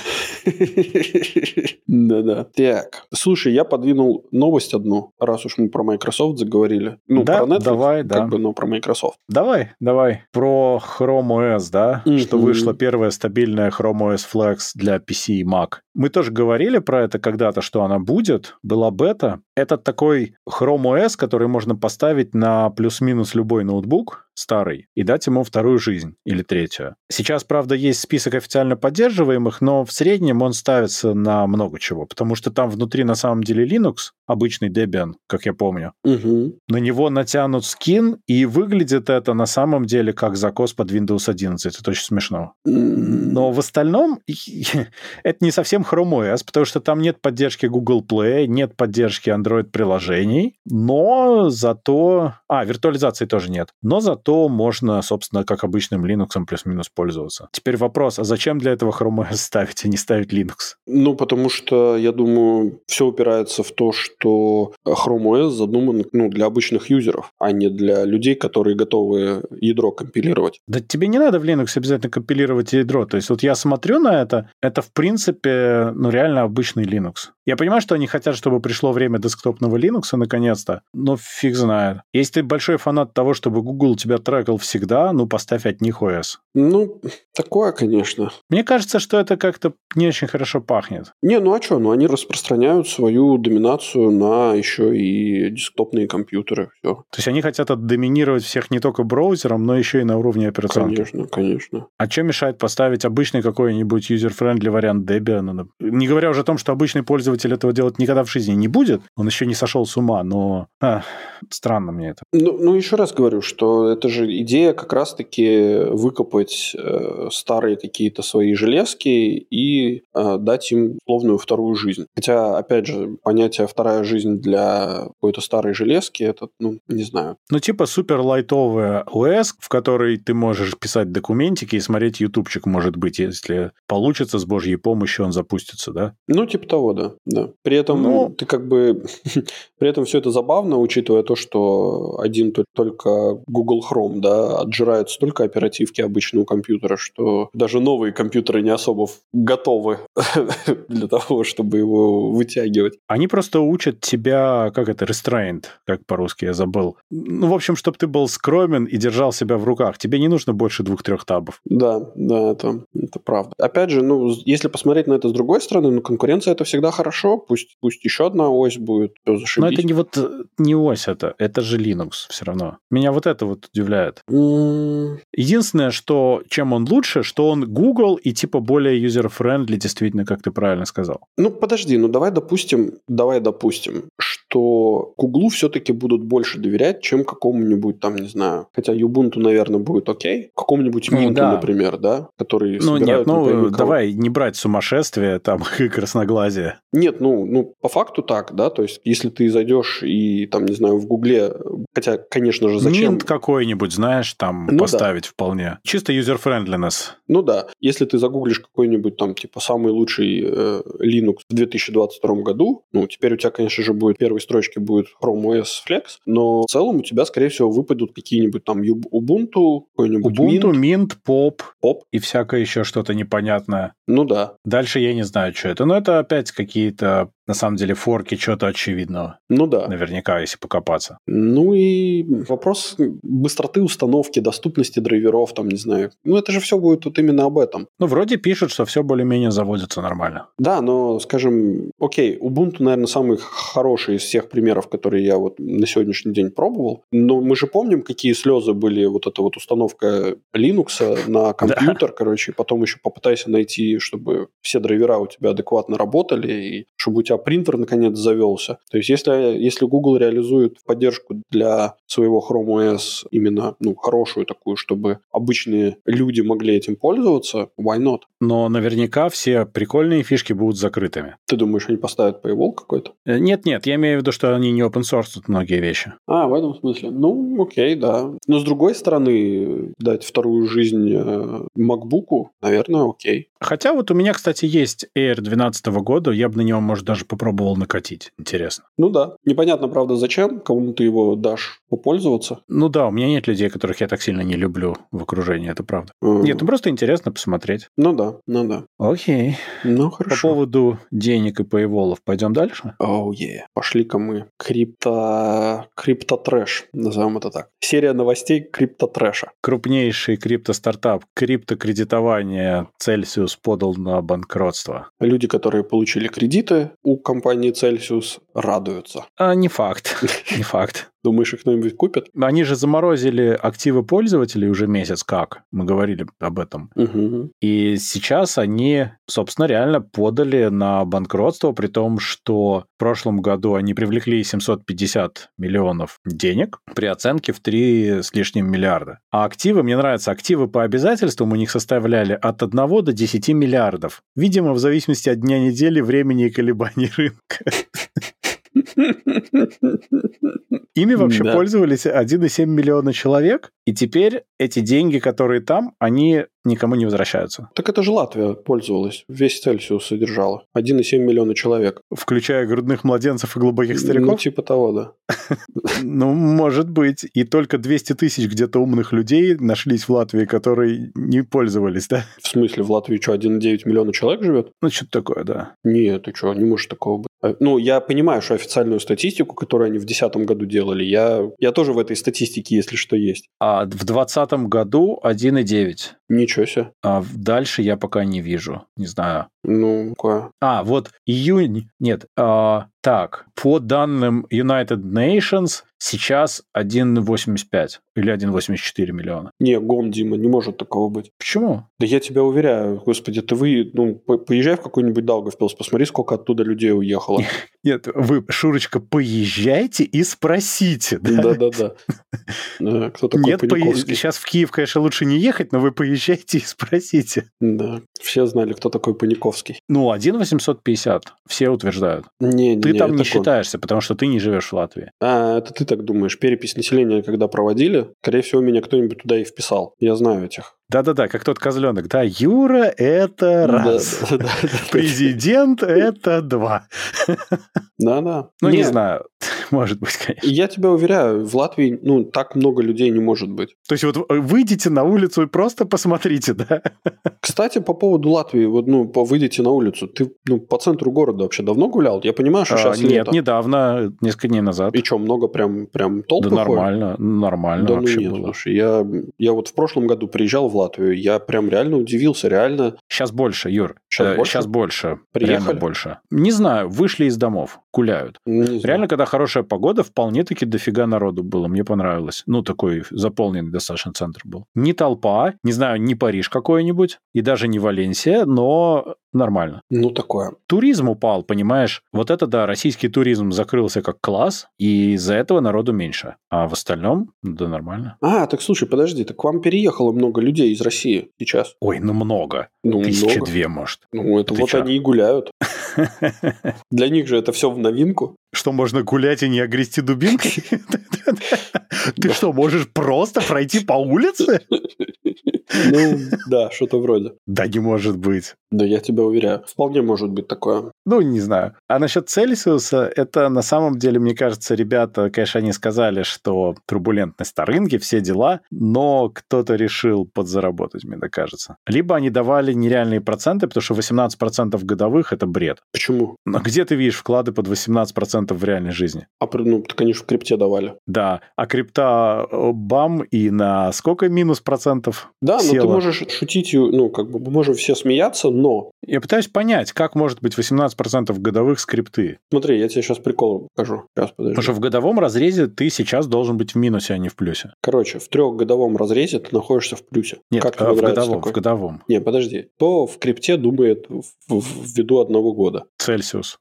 A: Да-да. Так. Слушай, я подвинул новость одну, раз уж мы про Microsoft заговорили. Ну,
B: Да,
A: про Netflix,
B: давай, да.
A: как бы, но про Microsoft.
B: Давай, давай. Про Chrome OS, да?
A: Мгм.
B: Что вышла первая стабильная Chrome OS Flex для PC и Mac. Мы тоже говорили про это когда-то, что она будет. Была бета. Это такой Chrome OS, который можно поставить на плюс-минус любой ноутбук старый и дать ему вторую жизнь или третью. Сейчас, правда, есть список официально поддерживаемых, но в среднем он ставится на много чего, потому что там внутри на самом деле Linux, обычный Debian, как я помню,
A: Мгм.
B: на него натянут скин, и выглядит это на самом деле как закос под Windows 11. Это очень смешно.
A: М,
B: Но в остальном это не совсем Chrome OS, потому что там нет поддержки Google Play, нет поддержки Android-приложений, но зато... А, виртуализации тоже нет. Но зато можно, собственно, как обычным Linux плюс-минус пользоваться. Теперь вопрос, а зачем для этого Chrome OS ставить, а не ставить Linux?
A: Ну, потому что, я думаю, все упирается в то, что Chrome OS задуман ну, для обычных юзеров, а не для людей, которые готовы ядро компилировать.
B: Да тебе не надо в Linux обязательно компилировать ядро. То есть вот я смотрю на это, это в принципе, ну реально обычный Linux. Я понимаю, что они хотят, чтобы пришло время десктопного Linux наконец-то, но фиг знает. Если ты большой фанат того, чтобы Google тебя трекал всегда, ну поставь от них OS.
A: Ну, такое, конечно.
B: Мне кажется, что это как-то не очень хорошо пахнет.
A: Не, ну а что? Ну, они распространяют свою доминацию на еще и десктопные компьютеры. Все.
B: То есть они хотят отдоминировать всех не только браузером, но еще и на уровне операционки.
A: Конечно, конечно.
B: А что мешает поставить обычный какой-нибудь юзер-френдли вариант Debian? Ну, нап- Не говоря уже о том, что обычный пользователь этого делать никогда в жизни не будет. Он еще не сошел с ума, но... а, странно мне это.
A: Ну, ну, еще раз говорю, что это же идея как раз-таки выкопать э, старые какие-то свои железки и э, дать им условную вторую жизнь. Хотя, опять же, понятие «вторая жизнь» для какой-то старой железки, это, ну, не знаю.
B: Ну, типа супер лайтовая OS, в которой ты можешь писать документики и смотреть ютубчик, может быть, если получится, с божьей помощью он запустится, да?
A: Ну, типа того, да. да. При этом
B: Ну.
A: ты как бы... при этом все это забавно, учитывая то, что один то- только Google Chrome, да, отжирает столько оперативки обычного компьютера, что даже новые компьютеры не особо в- готовы для того, чтобы его вытягивать.
B: Они просто учат тебя, как это, restraint, как по-русски я забыл. Ну, в общем, чтобы ты был скромен и держал себя в руках. Тебе не нужно больше двух-трех табов.
A: Да, да, это, это правда. Опять же, ну, с- если посмотреть на это с другой стороны, ну, конкуренция это всегда хорошо, пусть, пусть еще одна ось будет, все
B: Но
A: зашибись.
B: это не вот э, не ось это, это же Linux все равно. Меня вот это вот удивляет.
A: М,
B: Единственное, что чем он лучше, что он Google и типа более юзер-френдли, действительно, как ты правильно сказал.
A: Ну, подожди, ну давай допустим, давай допустим, что Гуглу все-таки будут больше доверять, чем какому-нибудь там, не знаю, хотя Юбунту, наверное, будет окей, какому-нибудь
B: Ну,
A: Минту,
B: да.
A: например, да, который
B: Ну нет,
A: собирают не пойми
B: ну
A: кого.
B: давай не брать сумасшествие там и красноглазие.
A: Нет, ну, ну, по факту так, да, то есть если ты зайдешь и там, не знаю, в Гугле, хотя, конечно же, зачем...
B: Минт какой-нибудь, знаешь, там
A: Ну да.
B: поставить вполне. Чисто юзер-френдliness.
A: Ну да, если ты загуглишь какой-нибудь там, типа, самый лучший э, Linux в 2022 году, ну, теперь у тебя, конечно же, будет в первой строчке будет Chrome OS Flex, но в целом у тебя, скорее всего, выпадут какие-нибудь там Ю- Ubuntu, какой-нибудь
B: Ubuntu,
A: Mint,
B: Mint, Pop
A: Pop.
B: и всякое еще что-то непонятное.
A: Ну да,
B: Дальше я не знаю, что это. Но это опять какие-то, на самом деле, форки чего-то очевидного.
A: ну да.
B: Наверняка, если покопаться.
A: Ну и вопрос быстроты установки, доступности драйверов, там, не знаю. Ну это же все будет вот именно об этом.
B: Ну, вроде пишут, что все более-менее заводится нормально.
A: Да, но, скажем, окей, Ubuntu, наверное, самый хороший из всех примеров, которые я вот на сегодняшний день пробовал. Но мы же помним, какие слезы были вот эта вот установка Linux на компьютер, короче, и потом еще попытайся найти, чтобы все драйвера у тебя адекватно работали, и чтобы у тебя тебя принтер наконец завелся. То есть если, если Google реализует поддержку для своего Chrome OS именно ну, хорошую такую, чтобы обычные люди могли этим пользоваться, why not?
B: Но наверняка все прикольные фишки будут закрытыми.
A: Ты думаешь, они поставят paywall какой-то?
B: Э, Нет-нет, я имею в виду, что они не open source многие вещи.
A: А, в этом смысле. Ну, окей, да. Но с другой стороны, дать вторую жизнь э, MacBook, наверное, окей.
B: Хотя вот у меня, кстати, есть Air 12 года, я бы на него, может, даже попробовал накатить. Интересно.
A: Ну да. Непонятно, правда, зачем, кому ты его дашь попользоваться.
B: Ну да, у меня нет людей, которых я так сильно не люблю в окружении, это правда.
A: М,
B: Нет, ну просто интересно посмотреть.
A: Э, Ну да, ну да.
B: Окей.
A: Ну хорошо.
B: По поводу денег и пейволов пойдем дальше?
A: Оу, е. Пошли-ка мы. Крипто... Криптотрэш. Назовем это так. Серия новостей криптотрэша.
B: Крупнейший крипто-стартап криптокредитование Celsius подал на банкротство.
A: Люди, которые получили кредиты у компании Celsius, радуются.
B: А, не факт. Не факт.
A: Думаешь, их кто-нибудь купит?
B: Они же заморозили активы пользователей уже месяц как. Мы говорили об этом.
A: Угу.
B: И сейчас они, собственно, реально подали на банкротство, при том, что в прошлом году они привлекли 750 миллионов денег при оценке в 3 с лишним миллиарда. А активы, мне нравятся, активы по обязательствам у них составляли от 1 до 10 миллиардов. Видимо, в зависимости от дня недели, времени и колебаний рынка. Ими вообще
A: Да.
B: пользовались 1,7 миллиона человек, и теперь эти деньги, которые там, они никому не возвращаются,
A: Так это же Латвия пользовалась. Весь Celsius содержала. 1,7 миллиона человек.
B: включая грудных младенцев и глубоких
A: Ну,
B: стариков.
A: типа того, да.
B: Ну, может быть. И только 200 тысяч где-то умных людей нашлись в Латвии, которые не пользовались, да?
A: В смысле, в Латвии что, 1,9 миллиона человек живет?
B: Ну, что-то такое, да.
A: Нет, ты что, не может такого быть. Э, Ну, я понимаю, что официальную статистику, которую они в 2010 году делали, я, я тоже в этой статистике, если что, есть.
B: А в 2020 году 1,9.
A: Ничего себе.
B: А в- дальше я пока не вижу. Не знаю.
A: Ну, какое?
B: А, вот июнь... Нет. а, так, по данным United Nations сейчас 1,85 или 1,84 миллиона.
A: Не, гон, Дима, не может такого быть.
B: Почему?
A: Да я тебя уверяю, господи, ты вы, ну, по- поезжай в какой-нибудь Даугавпилс, посмотри, сколько оттуда людей уехало.
B: Нет, вы, Шурочка, поезжайте и спросите. да?
A: Да-да-да. Да, Кто такой
B: Нет,
A: Паниковский?
B: сейчас в Киев, конечно, лучше не ехать, но вы поезжайте и спросите.
A: Да, все знали, кто такой Паниковский.
B: Ну, 1,850, все утверждают.
A: Не,
B: Ты там
A: это
B: не
A: он.
B: считаешься, потому что ты не живешь в Латвии.
A: А, это ты так думаешь. Перепись населения, когда проводили, скорее всего, меня кто-нибудь туда и вписал. Я знаю этих.
B: Да-да-да, как тот козленок. Да, Юра – это раз.
A: Да, да, да, да.
B: Президент – это два.
A: Да-да.
B: Ну, не
A: Не,
B: знаю. Может быть, конечно.
A: Я тебя уверяю, в Латвии, ну, так много людей не может быть.
B: То есть вот э, выйдите на улицу и просто посмотрите, да?
A: Кстати, по поводу Латвии, вот, ну, по- выйдите на улицу. Ты, ну, по центру города вообще давно гулял? Я понимаю, что
B: А,
A: сейчас
B: Нет,
A: лето.
B: недавно, несколько дней назад.
A: И что, много прям, прям толпы
B: Да
A: ходят?
B: нормально, нормально
A: Да ну
B: вообще
A: нет,
B: было.
A: слушай, я, я вот в прошлом году приезжал в Латвию, я прям реально удивился, реально.
B: Сейчас больше, Юр.
A: Щас
B: Э,
A: больше?
B: щас больше.
A: Приехали?
B: Реально больше. Не знаю, вышли из домов, гуляют.
A: Ну, не знаю.
B: Реально, когда хорошая погода, вполне-таки дофига народу было. Мне понравилось. Ну, такой заполненный достаточно центр был. Не толпа, не знаю, не Париж какой-нибудь, и даже не Валенсия, но нормально.
A: Ну, такое.
B: Туризм упал, понимаешь? Вот это, да, российский туризм закрылся как класс, и из-за этого народу меньше. А в остальном, да, нормально.
A: А, так слушай, подожди, так к вам переехало много людей из России сейчас?
B: Ой, ну много.
A: Ну,
B: Тысячи
A: много.
B: две, может.
A: Ну, это
B: Ты
A: вот
B: чё?
A: они и гуляют. Для них же это все в новинку.
B: что можно гулять и не огрести дубинкой? Ты что, можешь просто пройти по улице?
A: Ну, да, что-то вроде.
B: Да не может быть.
A: Да я тебя уверяю. Вполне может быть такое.
B: Ну, не знаю. А насчет Цельсиуса, это на самом деле, мне кажется, ребята, конечно, они сказали, что турбулентность на рынке, все дела, но кто-то решил подзаработать, мне так кажется. Либо они давали нереальные проценты, потому что 18% годовых — это бред.
A: Почему?
B: Но где ты видишь вклады под 18% в реальной жизни?
A: А, при- ну, это, конечно, в крипте давали.
B: Да, а крипта э, бам и на сколько минус процентов?
A: Да, но ты
B: Села.
A: можешь шутить, и, ну, как бы мы можем все смеяться, но...
B: Я пытаюсь понять, как может быть 18% годовых с крипты.
A: Смотри, я тебе сейчас прикол покажу. Сейчас, подожди.
B: Потому что в годовом разрезе ты сейчас должен быть в минусе, а не в плюсе.
A: Короче, в трехгодовом разрезе ты находишься в плюсе.
B: Нет,
A: как тебе
B: э, в
A: нравится
B: годовом,
A: такое?
B: в годовом.
A: Не, подожди. Кто в крипте думает в, в- в виду одного года?
B: Цельсиус.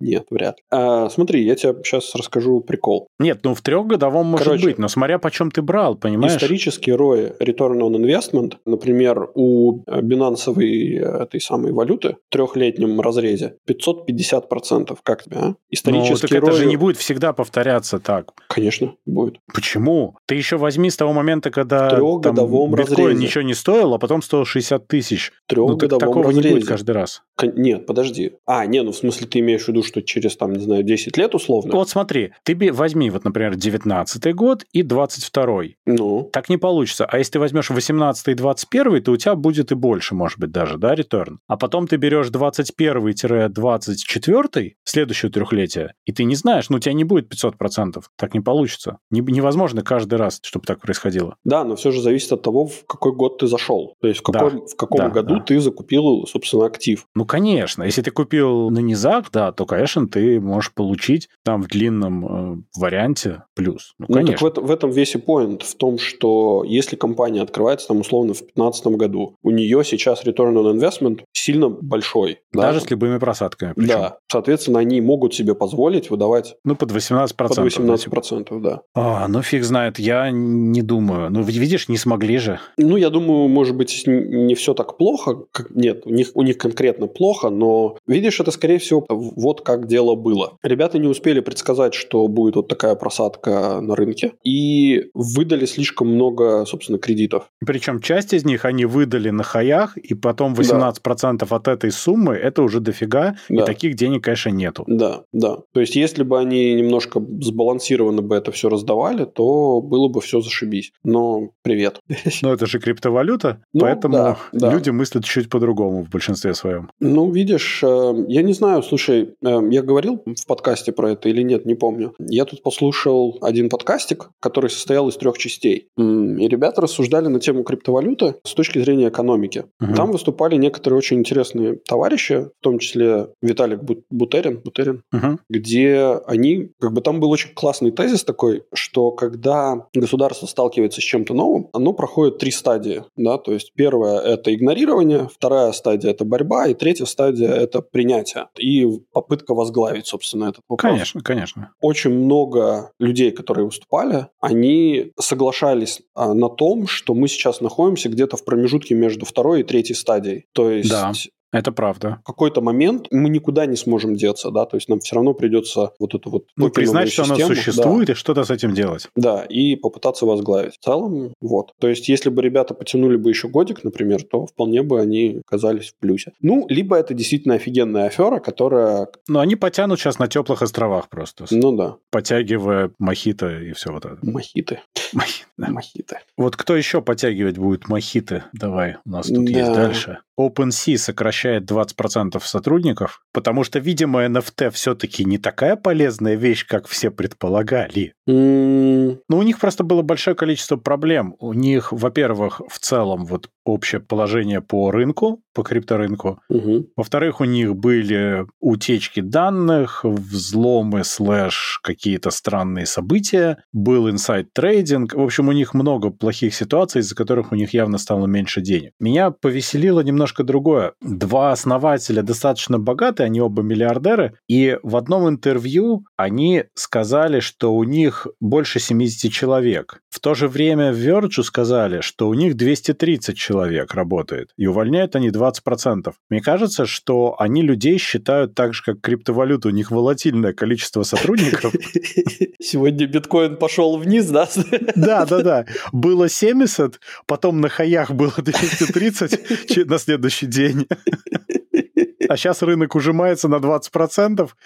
A: Нет, вряд ли. А, смотри, я тебе сейчас расскажу прикол.
B: Нет, ну в трехгодовом может
A: Короче.
B: быть, но смотря по чем ты брал, понимаешь? Ну,
A: Исторические рои Return on Investment, например, у э, бинансовой э, этой самой валюты в трехлетнем разрезе 550%. Как тебе, а?
B: Ну, так
A: Исторические
B: это же
A: ROI,
B: не будет всегда повторяться так.
A: Конечно, будет.
B: Почему? Ты еще возьми с того момента, когда
A: В
B: там,
A: трехгодовом
B: биткоин
A: разрезе.
B: ничего не стоил, а потом стоил 60 тысяч. Ну, так
A: Трехгодовом
B: такого
A: разрезе.
B: не будет каждый раз.
A: Кон- Нет, подожди. А, не, ну в смысле ты имеешь в виду, что через, там, не знаю, 10 лет условно?
B: Вот смотри, ты бе- возьми, вот, например, 19 год и 22
A: Ну,
B: Так не получится. А если ты возьмешь 18 и 21, то у тебя будет и больше, может быть, даже, да, реторн. А потом ты берешь 21-24, следующее трехлетие, и ты не знаешь, ну, у тебя не будет 500%. Так не получится. Не- невозможно каждый раз, чтобы так происходило.
A: да, но все же зависит от того, в какой год ты зашел. То есть в
B: Да,
A: каком, в каком
B: да,
A: году
B: да.
A: ты закупил, собственно, актив.
B: Ну, конечно. Если ты купил на низах, да, то, конечно, ты можешь получить там в длинном э, варианте плюс. Ну,
A: Ну, так
B: конечно.
A: в, это- в этом весь и поинт, в том, что если компания открывается, там, условно, в 2015 году, у нее сейчас return on investment сильно большой. да,
B: Даже
A: там.
B: с любыми просадками. причем.
A: Да, соответственно, они могут себе позволить выдавать
B: Ну, под 18%.
A: под
B: да,
A: 18%, да.
B: А, ну фиг знает, я не думаю. Ну, ви- видишь, не смогли же.
A: Ну, я думаю, может быть, н- не все так плохо. как- Нет, у них, у них конкретно плохо, но видишь, это, скорее всего, в- вот как дело было. Ребята не успели предсказать, что будет вот такая просадка на рынке, и выдали слишком много, собственно, кредитов.
B: Причем часть из них они выдали на хаях, и потом 18% от этой суммы это уже дофига,
A: Да.
B: и таких денег, конечно, нету.
A: Да, да. То есть, если бы они немножко сбалансированно бы это все раздавали, то было бы все зашибись. Но привет.
B: Но это же криптовалюта,
A: Ну,
B: поэтому
A: да, да.
B: люди мыслят чуть по-другому в большинстве своем.
A: Ну, видишь, э, я не знаю, слушай, э, я говорил в подкасте про это или нет, не помню. Я тут послушал один подкастик, который состоял из трех частей. М, И ребята рассуждали на тему криптовалюты с точки зрения экономики.
B: Мгм.
A: Там выступали некоторые очень интересные товарищи, в том числе Виталик Бу- Бутерин, Бутерин,
B: Мгм.
A: где они, как бы там был очень классный тезис такой, что когда государство сталкивается с чем-то новым, оно проходит три стадии, да, то есть первая – это игнорирование, вторая стадия – это борьба, и третья стадия – это принятие и попытка возглавить, собственно, этот вопрос.
B: Конечно, конечно.
A: Очень много людей, которые выступали, они соглашались а, на том, что мы сейчас находимся где-то в промежутке между второй и третьей стадией. То есть
B: Да. Это правда.
A: в какой-то момент мы никуда не сможем деться, да, то есть нам все равно придется вот эту вот
B: Ну,
A: токеновую
B: признать, что она
A: систему, да,
B: существует, и что-то с этим делать.
A: Да, и попытаться возглавить. В целом, вот. То есть, если бы ребята потянули бы еще годик, например, то вполне бы они оказались в плюсе. Ну, либо это действительно офигенная афера, которая...
B: Но они потянут сейчас на теплых островах просто, с-
A: Ну да,
B: потягивая мохито и все вот это.
A: мохиты.
B: Мохи- да.
A: Мохиты.
B: Вот кто еще подтягивать будет мохиты? Давай, у нас тут
A: Да.
B: есть дальше. OpenSea сокращает 20% сотрудников, потому что, видимо, NFT все-таки не такая полезная вещь, как все предполагали.
A: М,
B: Но у них просто было большое количество проблем. У них, во-первых, в целом вот общее положение по рынку, по крипторынку,
A: мгм.
B: во-вторых, у них были утечки данных, взломы, слэш, какие-то странные события, был инсайд-трейдинг. В общем, у них много плохих ситуаций, из-за которых у них явно стало меньше денег. Меня повеселило немножко другое. Два основателя достаточно богатые, они оба миллиардеры, и в одном интервью они сказали, что у них больше 70 человек. В то же время в Verge сказали, что у них 230 человек работает, и увольняют они 20%. Мне кажется, что они людей считают так же, как криптовалюту. У них волатильное количество сотрудников.
A: Сегодня биткоин пошел вниз, да?
B: Да, да, да. Было 70, потом на хаях было 230 че- на следующий день. А сейчас рынок ужимается на 20%.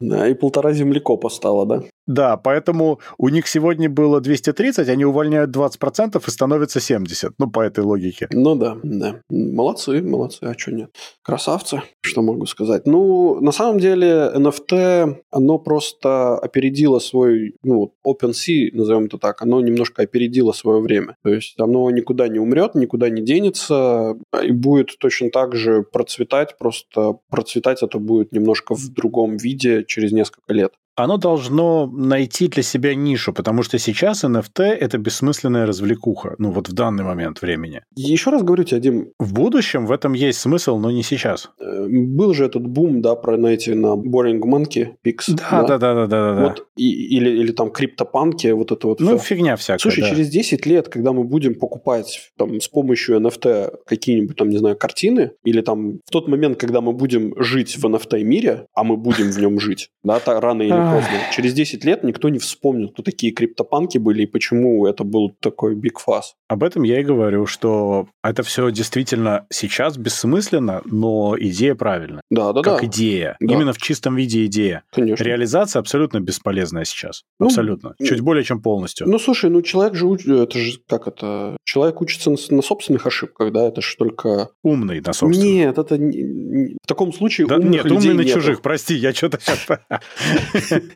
A: Да, и полтора землекопа стало, да?
B: Да, поэтому у них сегодня было 230, они увольняют 20% и становится 70. Ну, по этой логике.
A: Ну да, да. Молодцы, молодцы, а что нет? Красавцы, что могу сказать. Ну, на самом деле, NFT, оно просто опередило свой, ну, вот OpenSea, назовем это так, оно немножко опередило свое время. То есть оно никуда не умрет, никуда не денется, а и будет точно так же процветать, просто процветать это будет немножко в другом виде через несколько лет.
B: оно должно найти для себя нишу, потому что сейчас NFT — это бессмысленная развлекуха, ну вот в данный момент времени.
A: Еще раз говорю тебе, Дим,
B: В будущем в этом есть смысл, но не сейчас.
A: э, был же этот бум, да, про найти на Boring Monkey, Pix.
B: Да-да-да-да-да.
A: Вот, и- или, или там криптопанки, вот это вот всё.
B: ну, фигня всякая.
A: Слушай,
B: да.
A: через 10 лет, когда мы будем покупать там, с помощью NFT какие-нибудь, там, не знаю, картины, или там в тот момент, когда мы будем жить в NFT мире, а мы будем в нем жить, да, та- рано или
B: Ах.
A: поздно, через 10 лет никто не вспомнит, кто такие криптопанки были и почему это был такой big фас.
B: Об этом я и говорю, что это все действительно сейчас бессмысленно, но идея правильная.
A: Да, Ну да, да.
B: как идея.
A: Да.
B: Именно в чистом виде идея.
A: Конечно.
B: Реализация абсолютно бесполезная сейчас.
A: Ну,
B: абсолютно.
A: ну,
B: Чуть более чем полностью.
A: Ну, слушай, ну человек же, уч- это же как это, человек учится на, с- на собственных ошибках, да, это же только...
B: умный, на собственно.
A: Нет, это не- не- в таком случае
B: Да,
A: умных
B: нет,
A: людей
B: умный на
A: нету.
B: чужих, прости, я что-то сейчас...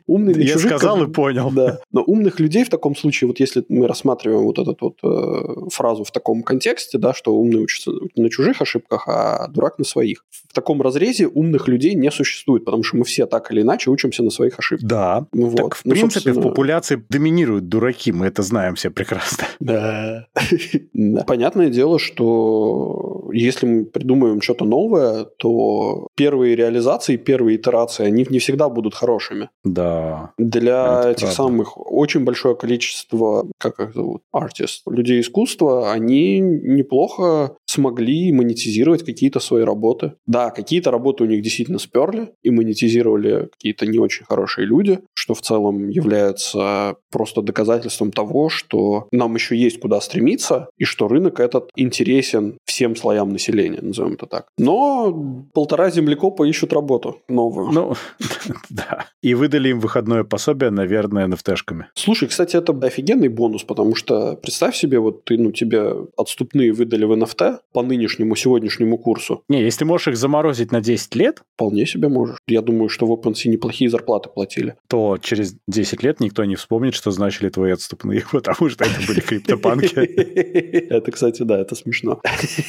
A: Умный на
B: Я
A: чужих
B: сказал
A: как-
B: и понял.
A: Да. Но умных людей в таком случае, вот если мы рассматриваем вот эту вот э, фразу в таком контексте, да, что умный учится на чужих ошибках, а дурак на своих. В таком разрезе умных людей не существует, потому что мы все так или иначе учимся на своих ошибках.
B: Да.
A: Ну вот.
B: Так, в
A: Ну,
B: принципе, в
A: собственно,
B: популяции доминируют дураки, мы это знаем все прекрасно.
A: Да. Да. Понятное дело, что если мы придумаем что-то новое, то первые реализации, первые итерации, они не всегда будут хорошими.
B: Да.
A: Для
B: Это
A: этих
B: правда.
A: самых очень большое количество, как их зовут, артист, людей искусства, они неплохо смогли монетизировать какие-то свои работы. Да, какие-то работы у них действительно сперли и монетизировали какие-то не очень хорошие люди, что в целом является просто доказательством того, что нам еще есть куда стремиться, и что рынок этот интересен всем слоям населения, назовем это так. Но полтора землекопа ищут работу новую.
B: Ну, да. И выдали им выходное пособие, наверное, nft
A: Слушай, кстати, это офигенный бонус, потому что представь себе, вот ты, ну, тебе отступные выдали в NFT по нынешнему, сегодняшнему курсу.
B: Не, если ты можешь их заморозить на 10 лет,
A: Вполне себе можешь. Я думаю, что в OpenSea неплохие зарплаты платили.
B: то через 10 лет никто не вспомнит, что значили твои отступные, потому что это были криптопанки.
A: Это, кстати, да, это смешно.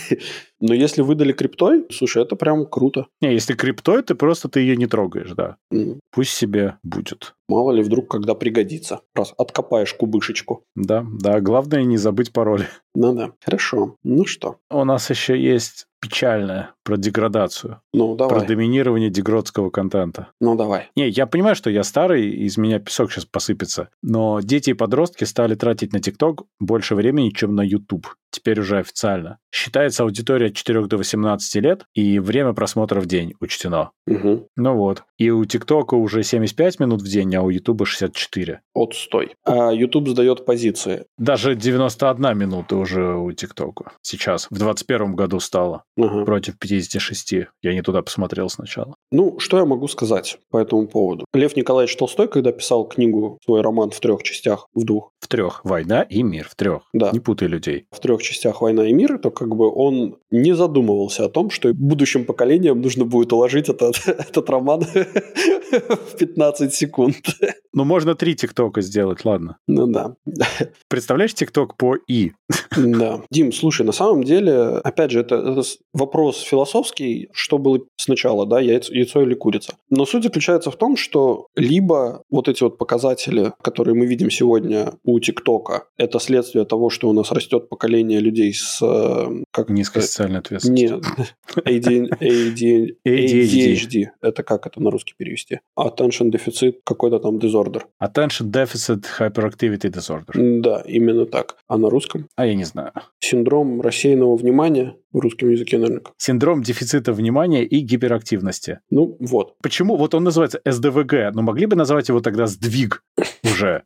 A: Но если выдали криптой, слушай, это прям круто.
B: Не, если криптой, ты просто ты ее не трогаешь, да.
A: М,
B: Пусть себе будет.
A: Мало ли вдруг, когда пригодится. Раз откопаешь кубышечку.
B: Да, да, главное не забыть пароль.
A: Ну да. Хорошо. Ну что?
B: У нас еще есть печальное про деградацию,
A: Ну,
B: про
A: давай.
B: доминирование дегродского контента.
A: Ну, давай.
B: Не, я понимаю, что я старый, и из меня песок сейчас посыпется, но дети и подростки стали тратить на ТикТок больше времени, чем на YouTube. Теперь уже официально. Считается аудитория от 4 до 18 лет, и время просмотра в день учтено.
A: Мгм.
B: Ну вот. И у ТикТока уже 75 минут в день, а у Ютуба 64.
A: Отстой. А YouTube сдает позиции.
B: Даже 91 минута уже у ТикТока. Сейчас, в 21 году стало.
A: Ага.
B: Против 56. Я не туда посмотрел сначала.
A: Ну, что я могу сказать по этому поводу? Лев Николаевич Толстой, когда писал книгу, свой роман в трех частях, в двух,
B: В трех. Война и мир. В трех.
A: Да.
B: Не путай людей.
A: в трех частях «Война и мир», то как бы он не задумывался о том, что будущим поколениям нужно будет уложить этот, этот роман в 15 секунд.
B: Ну, можно три ТикТока сделать, ладно.
A: Ну да.
B: Представляешь ТикТок по И?
A: Да. Дим, слушай, на самом деле, опять же, это, это с- вопрос философский, что было сначала, да, яйцо, яйцо или курица. Но суть заключается в том, что либо вот эти вот показатели, которые мы видим сегодня у ТикТока, это следствие того, что у нас растет поколение людей с... э, Как
B: Низкая
A: сказать?
B: социальная ответственность.
A: Нет. AD AD ADHD. Это как это на русский перевести? Attention дефицит, какой-то там disorder.
B: Attention Deficit Hyperactivity Disorder.
A: Да, именно так. А на русском?
B: А я не знаю.
A: Синдром рассеянного внимания в русском языке, наверное, как
B: Синдром дефицита внимания и гиперактивности.
A: Ну, вот.
B: Почему? Вот он называется СДВГ, но Ну, могли бы назвать его тогда сдвиг уже.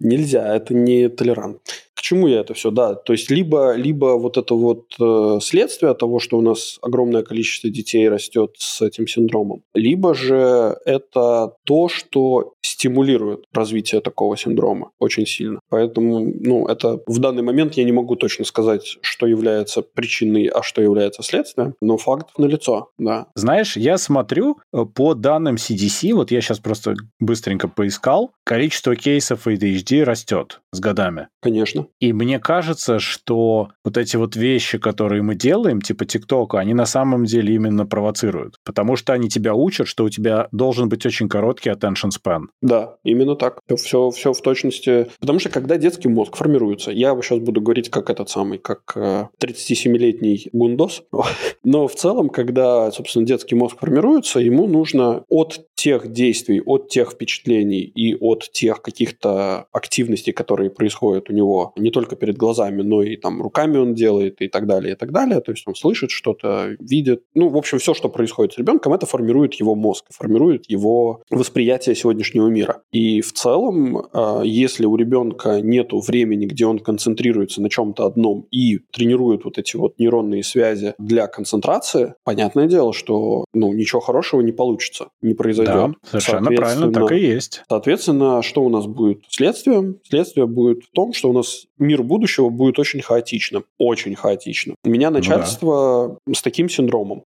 A: Нельзя, это не толерант. К чему я это все? Да, то есть либо, либо вот это вот э, следствие того, что у нас огромное количество детей растет с этим синдромом, либо же это то, что стимулирует развитие такого синдрома очень сильно. Поэтому, ну, это в данный момент я не могу точно сказать, что является причиной, а что является следствием, но факт налицо, да.
B: Знаешь, я смотрю э, по данным CDC, вот я сейчас просто быстренько поискал, количество кейсов ADHD растет. с годами.
A: Конечно.
B: И мне кажется, что вот эти вот вещи, которые мы делаем, типа ТикТока, они на самом деле именно провоцируют. Потому что они тебя учат, что у тебя должен быть очень короткий attention span.
A: Да, именно так. Все, все в точности. Потому что когда детский мозг формируется, я сейчас буду говорить как этот самый, как э, 37-летний гундос, но в целом, когда, собственно, детский мозг формируется, ему нужно от тех действий, от тех впечатлений и от тех каких-то активностей, которые происходят у него, не только перед глазами, но и там руками он делает и так далее, и так далее. То есть он слышит что-то, видит. Ну, в общем, все, что происходит с ребенком, это формирует его мозг, формирует его восприятие сегодняшнего мира. И в целом, а, если у ребенка нет времени, где он концентрируется на чем-то одном и тренирует вот эти вот нейронные связи для концентрации, понятное дело, что ну, ничего хорошего не получится, не произойдет. Да,
B: совершенно правильно, так и есть.
A: Соответственно, что у нас будет следствием? Следствие будет в том, что у нас мир будущего будет очень хаотичным. Очень хаотичным. У меня начальство да. с таким синдромом.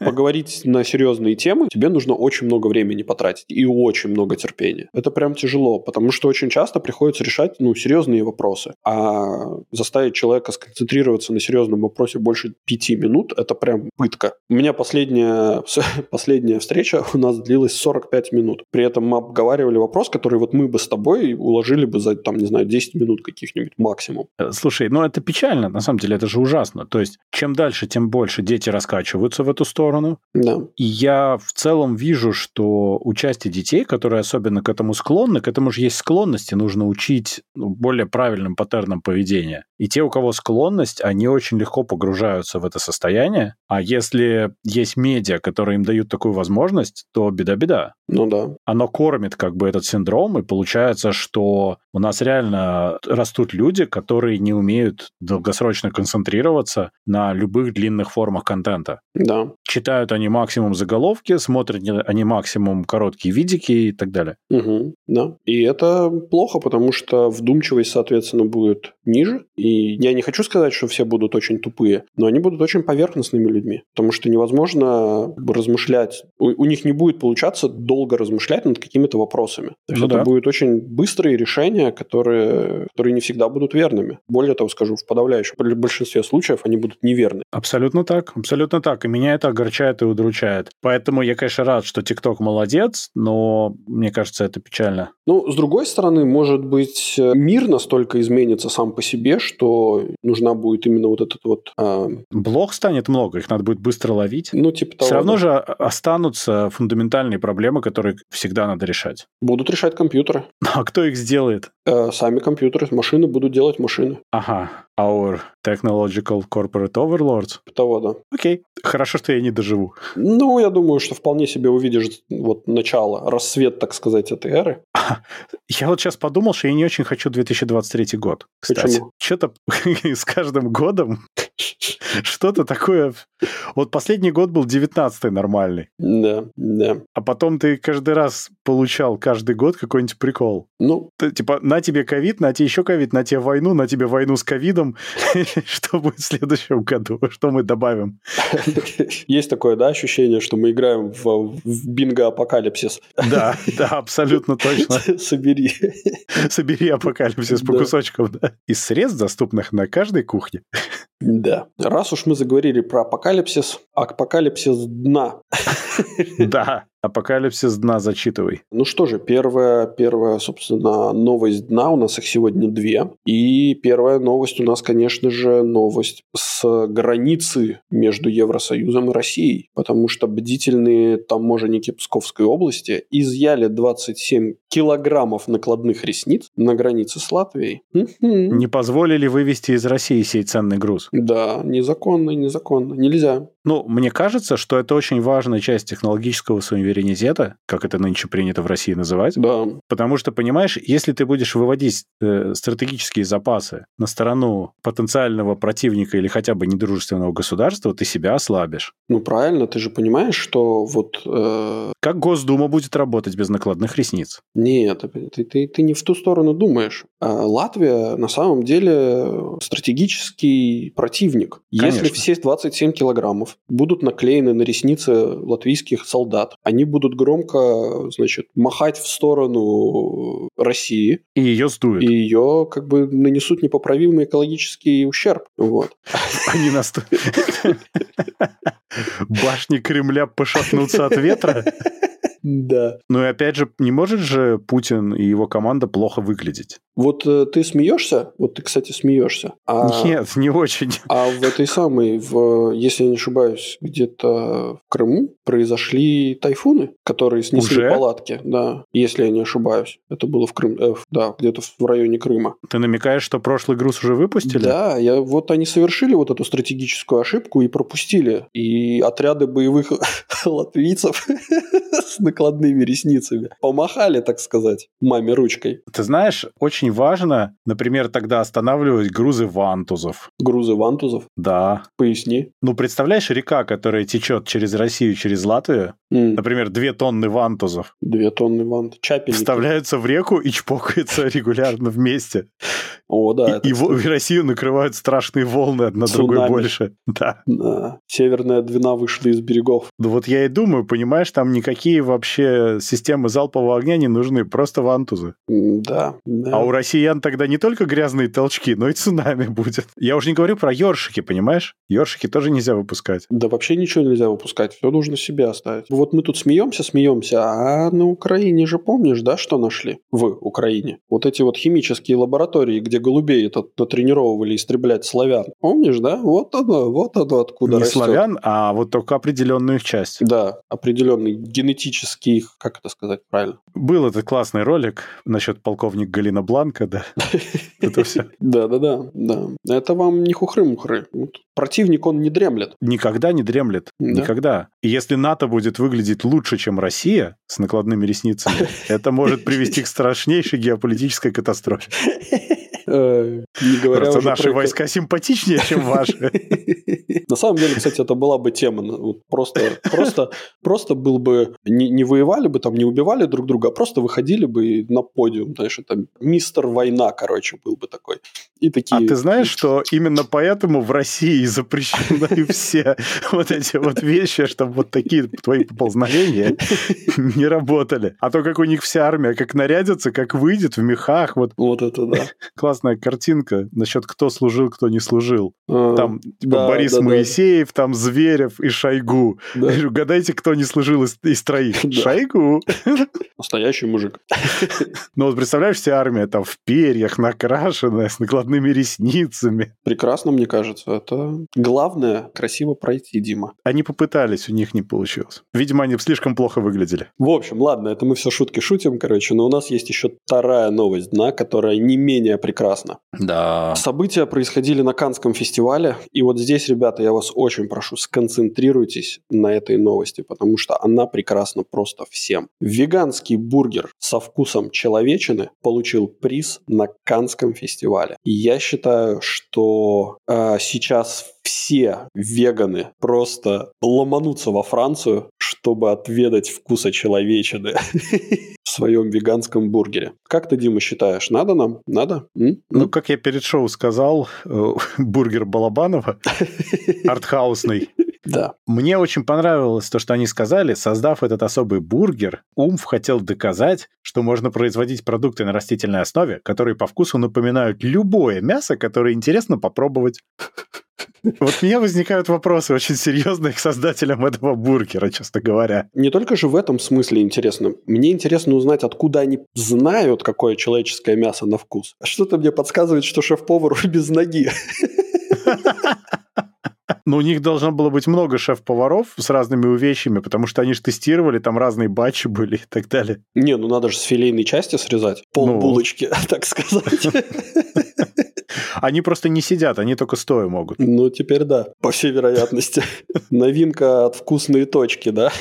A: Поговорить на серьезные темы тебе нужно очень много времени потратить и очень много терпения. Это прям тяжело, потому что очень часто приходится решать ну, серьезные вопросы. А заставить человека сконцентрироваться на серьезном вопросе больше пяти минут – это прям пытка. У меня последняя, последняя встреча у нас длилась 45 минут. При этом мы обговаривали вопрос, который вот мы бы с тобой уложили бы за, там, не знаю, 10 минут каких-нибудь максимум.
B: Слушай, ну это печально, на самом деле, это же ужасно. То есть, чем дальше, тем больше дети раскачиваются в эту сторону.
A: Да.
B: И я в целом вижу, что участие детей, которые особенно к этому склонны, к этому же есть склонности, нужно учить ну, более правильным паттернам поведения. И те, у кого склонность, они очень легко погружаются в это состояние. А если есть медиа, которые им дают такую возможность, то беда-беда.
A: Ну да.
B: Оно кормит как бы этот синдром, и получается, что у нас реально растут люди, которые не умеют долгосрочно концентрироваться на любых длинных формах контента.
A: Да.
B: Читают они максимум заголовки, смотрят они максимум короткие видики и так далее.
A: Угу, да. И это плохо, потому что вдумчивость, соответственно, будет ниже. И я не хочу сказать, что все будут очень тупые, но они будут очень поверхностными людьми, потому что невозможно как бы, размышлять. У, у них не будет получаться долго размышлять над какими-то вопросами. То есть ну, это да. будут очень быстрые решения, которые, которые не всегда будут верными. Более того, скажу, в подавляющем в большинстве случаев они будут неверны.
B: Абсолютно так, абсолютно так. И меня это огорчает и удручает. Поэтому я, конечно, рад, что TikTok молодец, но мне кажется, это печально.
A: Ну, с другой стороны, может быть, э, мир настолько изменится сам по себе, что нужна будет именно вот этот вот... Э...
B: Блок станет много, их надо будет быстро ловить.
A: Ну, типа того.
B: Все равно да. же останутся фундаментальные проблемы, которые всегда надо решать.
A: Будут решать компьютеры.
B: А кто их сделает?
A: Э, сами компьютеры, машины будут делать машины.
B: Ага, our technological corporate overlords.
A: Типа Того, да.
B: Окей, хорошо, что я не доживу.
A: Ну, я думаю, что вполне себе увидишь вот начало, рассвет, так сказать, этой эры.
B: Я вот сейчас подумал, что я не очень хочу 2023 год, кстати. Почему? Что-то с каждым годом что-то такое... Вот последний год был 19-й нормальный.
A: Да, да.
B: А потом ты каждый раз получал каждый год какой-нибудь прикол.
A: Ну.
B: Ты, типа, на тебе ковид, на тебе еще ковид, на тебе войну, на тебе войну с ковидом. Что будет в следующем году? Что мы добавим?
A: Есть такое, да, ощущение, что мы играем в, в бинго-апокалипсис.
B: Да, да, абсолютно точно.
A: Собери.
B: Собери апокалипсис по кусочкам, да. Из средств, доступных на каждой кухне.
A: Да. Раз уж мы заговорили про апокалипсис, апокалипсис дна.
B: Да. Апокалипсис дна зачитывай.
A: Ну что же, первая, первая, собственно, новость дна. У нас их сегодня две. И первая новость у нас, конечно же, новость с границы между Евросоюзом и Россией. Потому что бдительные таможенники Псковской области изъяли 27 килограммов накладных ресниц на границе с Латвией.
B: Не позволили вывести из России сей ценный груз.
A: Да, незаконно, незаконно. Нельзя.
B: Ну, мне кажется, что это очень важная часть технологического суверенитета, как это нынче принято в России называть.
A: Да.
B: Потому что, понимаешь, если ты будешь выводить э, стратегические запасы на сторону потенциального противника или хотя бы недружественного государства, ты себя ослабишь.
A: Ну, правильно, ты же понимаешь, что вот... Э...
B: Как Госдума будет работать без накладных ресниц?
A: Нет, ты, ты, ты не в ту сторону думаешь. А Латвия на самом деле стратегический противник. Конечно. Если все 27 килограммов будут наклеены на ресницы латвийских солдат, они они будут громко, значит, махать в сторону России,
B: И ее сдует.
A: и ее как бы нанесут непоправимый экологический ущерб. Вот.
B: Они нас... тут- Башни Кремля пошатнутся от ветра.
A: Да.
B: Ну и опять же, не может же Путин и его команда плохо выглядеть?
A: Вот э, ты смеешься? Вот ты, кстати, смеешься. А...
B: Нет, не очень.
A: А в этой самой, в, э, если я не ошибаюсь, где-то в Крыму произошли тайфуны, которые снесли
B: Уже?
A: палатки, да, если я не ошибаюсь. Это было в Крым, э, в- да, где-то в районе Крыма.
B: Ты намекаешь, что прошлый груз уже выпустили?
A: Да, я, вот они совершили вот эту стратегическую ошибку и пропустили. И отряды боевых латвийцев с накладными ресницами помахали, так сказать, маме ручкой.
B: Ты знаешь, очень важно, например, тогда останавливать грузы вантузов.
A: Грузы вантузов,
B: Да.
A: поясни.
B: Ну, представляешь, река, которая течет через Россию, через Латвию,
A: М,
B: например, две тонны вантузов,
A: Две тонны вант. Чапельники.
B: вставляются в реку и чпокаются регулярно вместе.
A: О, да. это,
B: и, и во- и Россию накрывают страшные волны, одна другой
A: Цунами.
B: больше. Да.
A: да. Северная Двина вышла из берегов.
B: Ну вот я и думаю, понимаешь, там никакие вообще системы залпового огня не нужны, просто вантузы.
A: М, Да, да.
B: А у россиян тогда не только грязные толчки, но и цунами будет. Я уже не говорю про ёршики, понимаешь? Ёршики тоже нельзя выпускать.
A: Да вообще ничего нельзя выпускать, все нужно себе оставить. Вот мы тут смеемся, смеемся, а на Украине же помнишь, да, что нашли в Украине? Вот эти вот химические лаборатории, где голубей это натренировывали истреблять славян. Помнишь, да? Вот оно, вот оно откуда
B: не
A: растет.
B: славян, а вот только определенную их часть.
A: Да, определенный генетический, их, как это сказать правильно?
B: Был этот классный ролик насчет полковника Галина Бланка, да. Это все.
A: Да-да-да, да. Это вам не хухры-мухры. Вот противник, он не дремлет.
B: Никогда не дремлет.
A: Да.
B: Никогда. И если НАТО будет выглядеть лучше, чем Россия, с накладными ресницами, это может привести к страшнейшей геополитической катастрофе.
A: Э, Не говоря
B: Просто
A: уже
B: наши
A: про эко-
B: войска симпатичнее, чем ваши.
A: На самом деле, кстати, это была бы тема. ну, вот Просто, просто, просто был бы... Не, не воевали бы там, не убивали друг друга, а просто выходили бы и на подиум, знаешь, там мистер война, короче, был бы такой. И такие...
B: А ты знаешь, что именно поэтому в России и запрещены все вот эти вот вещи, чтобы вот такие твои поползновения не работали. А то как у них вся армия как нарядится, как выйдет в мехах. Вот
A: Вот это да.
B: классная картинка насчет кто служил, кто не служил.
A: Э,
B: Там типа,
A: да,
B: Борис
A: да, да.
B: Моисеев, там Зверев и Шойгу.
A: А, да.
B: Я говорю, Угадайте, кто не служил из, из троих.
A: Да.
B: Шойгу.
A: Настоящий мужик.
B: Ну вот представляешь, вся армия там в перьях, накрашенная, с накладными ресницами.
A: Прекрасно, мне кажется. Это главное красиво пройти, Дима.
B: Они попытались, у них не получилось. Видимо, они слишком плохо выглядели.
A: В общем, ладно, это мы все шутки шутим, короче, но у нас есть еще вторая новость дна, которая не менее прекрасна.
B: Да.
A: События происходили на Канском фестивале, и вот здесь, ребята, я вас очень прошу, сконцентрируйтесь на этой новости, потому что она прекрасна просто всем. Веганский бургер со вкусом человечины получил приз на Канском фестивале. И я считаю, что э, сейчас все веганы просто ломанутся во Францию, чтобы отведать вкуса человечины в своем веганском бургере. Как ты, Дима, считаешь, надо нам? Надо? М?
B: Ну, как я перед шоу сказал, э, бургер Балабанова, артхаусный.
A: Да.
B: Мне очень понравилось то, что они сказали. Создав этот особый бургер, Умф хотел доказать, что можно производить продукты на растительной основе, которые по вкусу напоминают любое мясо, которое интересно попробовать. Вот у меня возникают вопросы очень серьезные к создателям этого бургера, честно говоря.
A: Не только же в этом смысле интересно. Мне интересно узнать, откуда они знают, какое человеческое мясо на вкус. А Что-то мне подсказывает, что шеф-повар без ноги.
B: Но Ну, у них должно было быть много шеф-поваров с разными увечьями, потому что они же тестировали, там разные батчи были и так далее.
A: Не, ну надо же с филейной части срезать. Пол
B: Ну.
A: булочки, так сказать.
B: Они просто не сидят, они только стоя могут.
A: Ну, теперь да, по всей вероятности. Новинка от вкусной точки, да?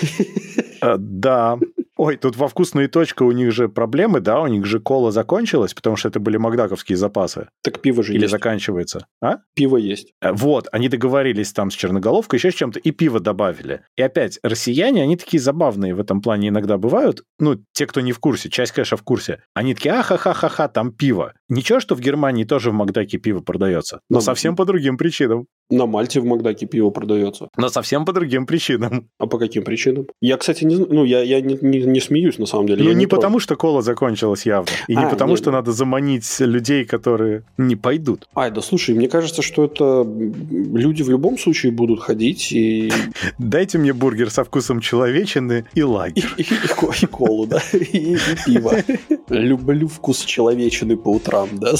B: Э, Да. Ой, тут во вкусные точка у них же проблемы, да, у них же кола закончилась, потому что это были макдаковские запасы.
A: Так пиво же
B: Или
A: есть.
B: заканчивается. А?
A: Пиво есть.
B: Э, Вот, они договорились там с Черноголовкой, еще с чем-то, и пиво добавили. И опять, россияне, они такие забавные в этом плане иногда бывают. Ну, те, кто не в курсе, часть, конечно, в курсе. Они такие, ахахахаха, там пиво. Ничего, что в Германии тоже в Макдаке пиво продается, но
A: Ну,
B: совсем по другим причинам.
A: На Мальте в Макдаке пиво продается.
B: Но совсем по другим причинам.
A: А по каким причинам? Я, кстати, не знаю. Ну, я, я не, не- не смеюсь, на самом деле.
B: Ну,
A: я
B: не,
A: троллю.
B: потому, что кола закончилась явно. И не
A: А,
B: потому,
A: нет.
B: что надо заманить людей, которые не пойдут.
A: Ай, да слушай, мне кажется, что это м, люди в любом случае будут ходить и,
B: Дайте мне бургер со вкусом человечины и
A: и,
B: лагерь.
A: и- и ко- и колу, да, и, и пиво. Люблю вкус человечины по утрам, да.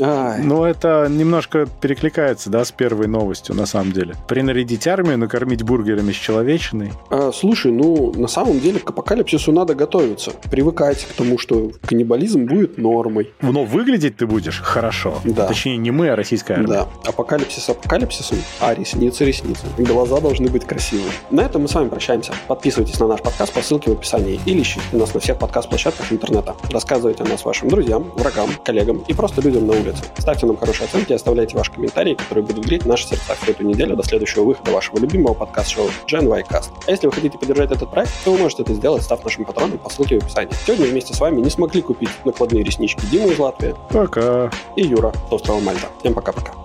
A: Ай.
B: Ну, это немножко перекликается, да, с первой новостью, на самом деле. Принарядить армию, накормить бургерами с человечиной.
A: А, слушай, ну на самом деле к апокалипсису надо готовиться, привыкать к тому, что каннибализм будет нормой.
B: Но выглядеть ты будешь хорошо.
A: Да.
B: Точнее, не мы, а российская армия.
A: Да, апокалипсис апокалипсисом, а ресницы ресницами. Глаза должны быть красивыми. На этом мы с вами прощаемся. Подписывайтесь на наш подкаст по ссылке в описании или ищите нас на всех подкаст-площадках интернета. Рассказывайте о нас вашим друзьям, врагам, коллегам и просто людям на улице. Ставьте нам хорошие оценки и оставляйте ваши комментарии, которые будут греть наши сердца всю эту неделю до следующего выхода вашего любимого подкаст-шоу Gen Y Cast. А если вы хотите поддержать этот проект, то вы можете это сделать, став нашим патроном по ссылке в описании. Сегодня вместе с вами не смогли купить накладные реснички Димы из Латвии
B: Пока.
A: и Юра с острова Мальта. Всем пока-пока.